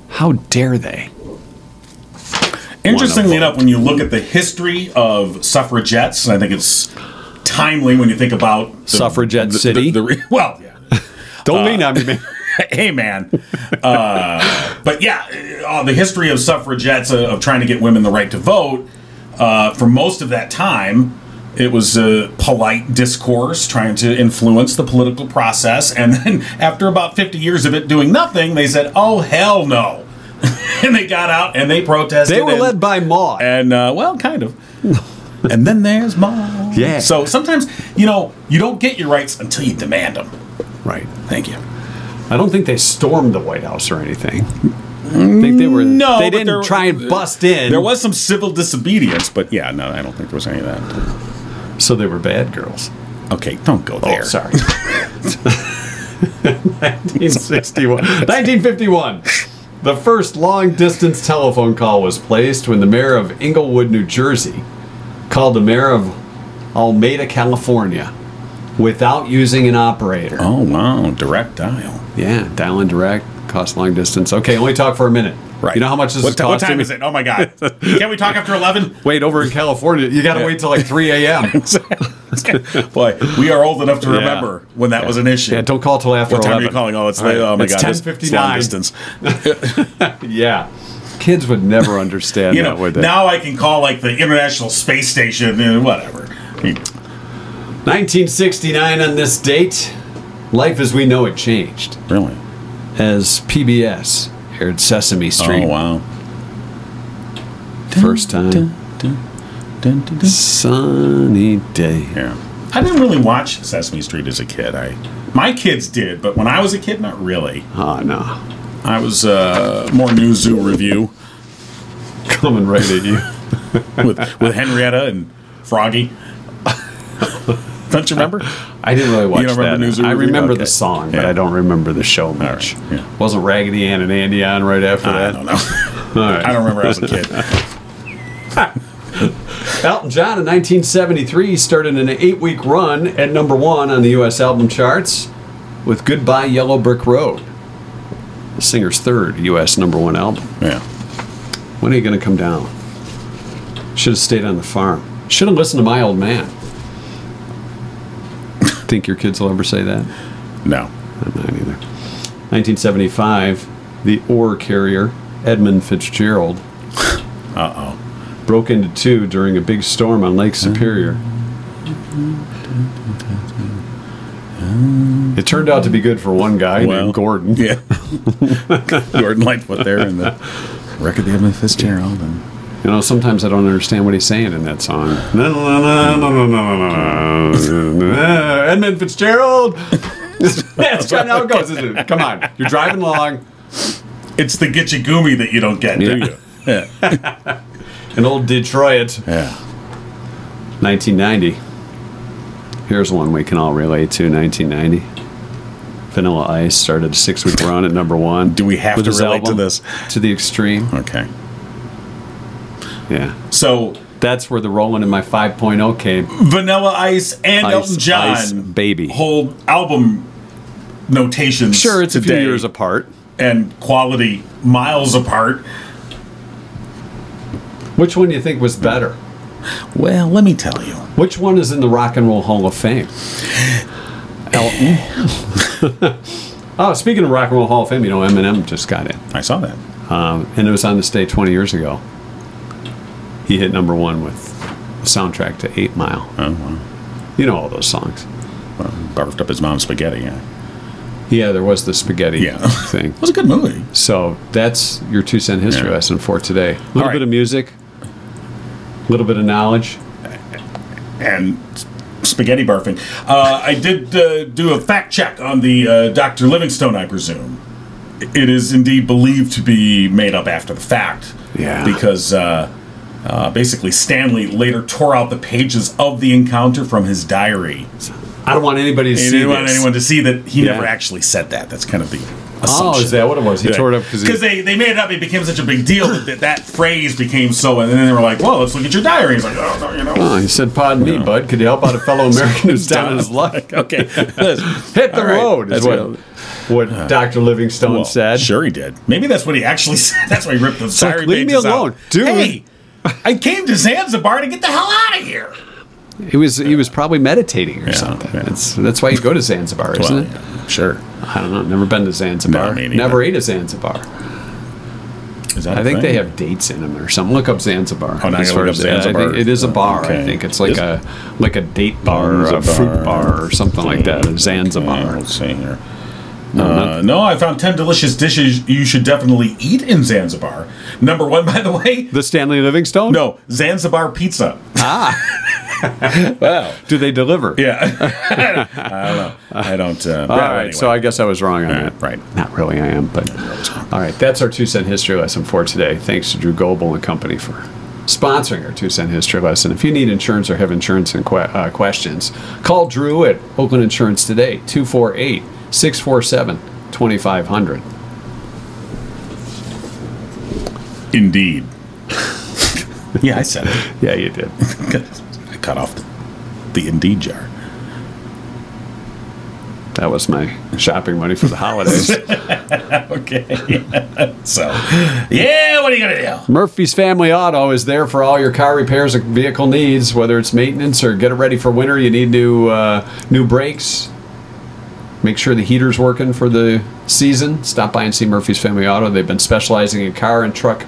Speaker 3: How dare they?
Speaker 2: Interestingly
Speaker 3: Wonderful.
Speaker 2: enough, when you look at the history of suffragettes, and I think it's timely when you think about the-
Speaker 3: Suffragette
Speaker 2: the-
Speaker 3: city?
Speaker 2: the- the re- well, yeah.
Speaker 3: Don't
Speaker 2: Uh,
Speaker 3: lean on me, man.
Speaker 2: hey man uh, but yeah uh, the history of suffragettes uh, of trying to get women the right to vote uh, for most of that time it was uh, polite discourse trying to influence the political process and then after about 50 years of it doing nothing they said oh hell no and they got out and they protested
Speaker 3: They were
Speaker 2: and-
Speaker 3: led by Maud.
Speaker 2: and uh, well, kind of. and then there's mom.
Speaker 3: Yeah.
Speaker 2: So sometimes, you know, you don't get your rights until you demand them.
Speaker 3: Right.
Speaker 2: Thank you.
Speaker 3: I don't think they stormed the White House or anything. I think they were.
Speaker 2: No,
Speaker 3: they
Speaker 2: but
Speaker 3: didn't
Speaker 2: there-
Speaker 3: try and bust in.
Speaker 2: There was some civil disobedience, but yeah, no, I don't think there was any of that.
Speaker 3: so they were bad girls.
Speaker 2: Okay, don't go there.
Speaker 3: Oh, sorry. 1961, 1951. The first long-distance telephone call was placed when the mayor of Inglewood, New Jersey, called the mayor of Alameda, California, without using an operator.
Speaker 2: Oh wow, direct dial.
Speaker 3: Yeah, dial in direct, cost long distance. Okay, only talk for a minute.
Speaker 2: Right.
Speaker 3: You know how much this
Speaker 2: what,
Speaker 3: is
Speaker 2: ti-
Speaker 3: costing?
Speaker 2: What time
Speaker 3: me?
Speaker 2: is it? Oh my god. Can we talk after eleven?
Speaker 3: Wait, over in California, you got to wait till like 3 a.m.
Speaker 2: Boy, we are old enough to remember when that was an issue.
Speaker 3: Yeah, don't call till after
Speaker 2: what time are
Speaker 3: 11.
Speaker 2: you calling? Oh, it's
Speaker 3: All right,
Speaker 2: late. Oh my
Speaker 3: it's
Speaker 2: god, this- it's long
Speaker 3: 10:59.
Speaker 2: distance.
Speaker 3: Yeah. Kids would never understand
Speaker 2: you know,
Speaker 3: that, would they?
Speaker 2: now I can call like the International Space Station and whatever. I mean,
Speaker 3: 1969 on this date, life as we know it changed
Speaker 2: really?
Speaker 3: as PBS aired Sesame Street
Speaker 2: Oh wow!
Speaker 3: first time. Sunny day.
Speaker 2: Yeah, I didn't really watch Sesame Street as a kid. I, my kids did, but when I was a kid, not really.
Speaker 3: Oh no,
Speaker 2: I was uh, more New Zoo Review
Speaker 3: coming right at you.
Speaker 2: with with Henrietta and Froggy. Don't you remember?
Speaker 3: I didn't really watch
Speaker 2: don't remember
Speaker 3: that.
Speaker 2: News or
Speaker 3: I
Speaker 2: Review?
Speaker 3: remember
Speaker 2: Okay.
Speaker 3: the song, but
Speaker 2: Yeah.
Speaker 3: I don't remember the show much.
Speaker 2: right, yeah.
Speaker 3: Wasn't Raggedy Ann and Andy on right after
Speaker 2: I
Speaker 3: that?
Speaker 2: don't know. I
Speaker 3: All right.
Speaker 2: don't remember as a kid.
Speaker 3: Elton John in 1973 started an eight week run at number one on the U.S. album charts with Goodbye Yellow Brick Road, the singer's third U.S. number one album.
Speaker 2: Yeah,
Speaker 3: When are you going to come down? Should have stayed on the farm. Should have listened to my old man. Think your kids will ever say that?
Speaker 2: no.
Speaker 3: Not mine either. 1975, the ore carrier Edmund Fitzgerald
Speaker 2: Uh oh.
Speaker 3: broke into two during a big storm on Lake Superior. It turned out to be good for one guy
Speaker 2: Well,
Speaker 3: named Gordon.
Speaker 2: Yeah. Gordon Lightfoot there in the record the Edmund Fitzgerald and.
Speaker 3: You know, sometimes I don't understand what he's saying in that song. Na, na, na, na, na, na, na, na. Eh, Edmund Fitzgerald. That's kind of how it goes, isn't it? Come on, you're driving along.
Speaker 2: It's the Gitchigumi that you don't get, do
Speaker 3: Yeah.
Speaker 2: you? Yeah.
Speaker 3: in old Detroit,
Speaker 2: yeah.
Speaker 3: 1990. Here's one we can all relate to 1990. Vanilla Ice started a six week run at number one.
Speaker 2: Do we have
Speaker 3: with
Speaker 2: to
Speaker 3: his
Speaker 2: relate to this?
Speaker 3: To the extreme.
Speaker 2: Okay.
Speaker 3: Yeah.
Speaker 2: So
Speaker 3: That's where the rolling in my 5.0 came.
Speaker 2: Mm, Vanilla Ice and
Speaker 3: Ice,
Speaker 2: Elton John,
Speaker 3: Ice, baby.
Speaker 2: hold album notations.
Speaker 3: Sure, it's a
Speaker 2: today
Speaker 3: few years apart.
Speaker 2: and quality miles apart.
Speaker 3: Which one do you think was better?
Speaker 5: Well, let me tell you.
Speaker 3: Which one is in the Rock and Roll Hall of Fame? Elton. oh, speaking of Rock and Roll Hall of Fame, you know Eminem just got in,
Speaker 5: I saw that.
Speaker 3: um, and it was on this day 20 years ago. He hit number one with the soundtrack to Eight Mile.
Speaker 5: Oh, well,
Speaker 3: You know all those songs.
Speaker 5: well, barfed up his mom's spaghetti. Yeah.
Speaker 3: Yeah, there was the spaghetti
Speaker 5: Yeah.
Speaker 3: thing.
Speaker 5: It was a good movie.
Speaker 3: So that's your two cent history
Speaker 5: Yeah.
Speaker 3: lesson for today. A little
Speaker 5: All right.
Speaker 3: bit of music, a little bit of knowledge.
Speaker 5: And
Speaker 2: spaghetti barfing. Uh, I did uh, do a fact check on the uh, Dr. Livingstone, I presume. It is indeed believed to be made up after the fact.
Speaker 3: Yeah.
Speaker 2: Because uh, uh, basically, Stanley later tore out the pages of the encounter from his diary.
Speaker 3: I don't want anybody to
Speaker 2: He
Speaker 3: see
Speaker 2: didn't want
Speaker 3: this.
Speaker 2: anyone to see that he
Speaker 3: Yeah.
Speaker 2: never actually said that. That's kind of the assumption.
Speaker 3: Oh, is that what it was? He tore it up because
Speaker 2: Because they, they made it up, it became such a big deal that that phrase became so, and then they were like, well, let's look at your diary. He's like, oh, no, you know.
Speaker 3: Oh, he said, "Pardon me, bud. Could you help out a fellow American who's down on his luck?
Speaker 5: okay,
Speaker 3: Hit the
Speaker 5: All right.
Speaker 3: road." Is
Speaker 5: That's
Speaker 3: what, what Doctor Livingstone
Speaker 5: Well,
Speaker 3: said.
Speaker 5: Sure, he did.
Speaker 2: Maybe that's what he actually said. That's why he ripped the
Speaker 3: like,
Speaker 2: diary
Speaker 3: "Leave me
Speaker 2: pages
Speaker 3: alone,
Speaker 2: out.
Speaker 3: dude."
Speaker 2: Hey, I came to Zanzibar to get the hell out of here.
Speaker 3: He was he was probably meditating or something.
Speaker 5: yeah.
Speaker 3: That's that's why you go to Zanzibar, isn't
Speaker 5: Well,
Speaker 3: it?
Speaker 5: yeah, sure.
Speaker 3: I don't know. Never been to Zanzibar.
Speaker 5: No, me neither.
Speaker 3: Never ate a Zanzibar.
Speaker 5: Is that
Speaker 3: I
Speaker 5: a
Speaker 3: think they
Speaker 5: thing?
Speaker 3: have dates in them or something. Look up Zanzibar.
Speaker 5: Oh, now I
Speaker 3: As
Speaker 5: gotta
Speaker 3: far
Speaker 5: look
Speaker 3: as-
Speaker 5: up
Speaker 3: I think
Speaker 5: Zanzibar.
Speaker 3: It is a bar. I
Speaker 5: Okay.
Speaker 3: think it's like
Speaker 5: Is it?
Speaker 3: a like a date bar, or a fruit bar, or something like that. A
Speaker 5: Okay,
Speaker 3: Zanzibar.
Speaker 5: let's see here.
Speaker 2: Uh, no, I found 10 delicious dishes you should definitely eat in Zanzibar. Number one, by the way,
Speaker 3: The Stanley Livingstone.
Speaker 2: no, Zanzibar pizza.
Speaker 5: Wow.
Speaker 3: Do they deliver?
Speaker 2: Yeah. I don't know. I don't. Uh,
Speaker 3: All right, so I guess I was wrong on that.
Speaker 5: right.
Speaker 3: Not really, I am, but. All right, that's our two cent history lesson for today. Thanks to Drew Goble and company for sponsoring our two cent history lesson. If you need insurance or have insurance and que- uh, questions, call Drew at Oakland Insurance today, 248 647 2500.
Speaker 2: Indeed. yeah, I said it.
Speaker 3: Yeah, you did.
Speaker 2: I cut off the, the Indeed jar.
Speaker 3: That was my shopping money for the holidays.
Speaker 2: Okay. so, yeah, what are you going to do?
Speaker 3: Murphy's Family Auto is there for all your car repairs or vehicle needs, whether it's maintenance or get it ready for winter. You need new uh, new brakes. Make sure the heater's working for the season. Stop by and see Murphy's Family Auto. They've been specializing in car and truck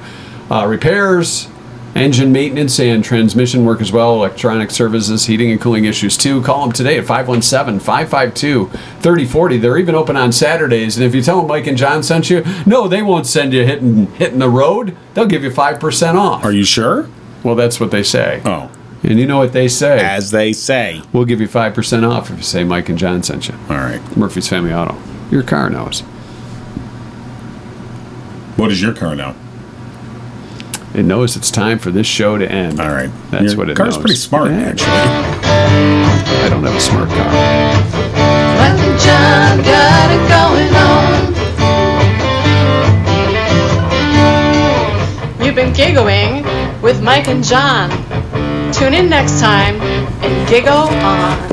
Speaker 3: uh, repairs, engine maintenance, and transmission work as well. Electronic services, heating and cooling issues too. Call them today at 517 552 3040. They're even open on Saturdays. And if you tell them Mike and John sent you, no, they won't send you hitting, hitting the road. They'll give you 5% off.
Speaker 5: Are you sure?
Speaker 3: well, that's what they say.
Speaker 5: Oh,
Speaker 3: And you know what they say.
Speaker 5: as they say.
Speaker 3: we'll give you 5% off if you say Mike and John sent you.
Speaker 5: All right.
Speaker 3: Murphy's Family Auto. Your car knows.
Speaker 5: What is your car now?
Speaker 3: It knows it's time for this show to end.
Speaker 5: All right.
Speaker 3: That's
Speaker 5: Your
Speaker 3: what it
Speaker 5: car's
Speaker 3: knows.
Speaker 5: pretty smart,
Speaker 3: Yeah,
Speaker 5: actually.
Speaker 3: I don't have a smart car.
Speaker 1: Michael John got it going on.
Speaker 7: You've been giggling with Mike and John. Tune in next time and giggle on.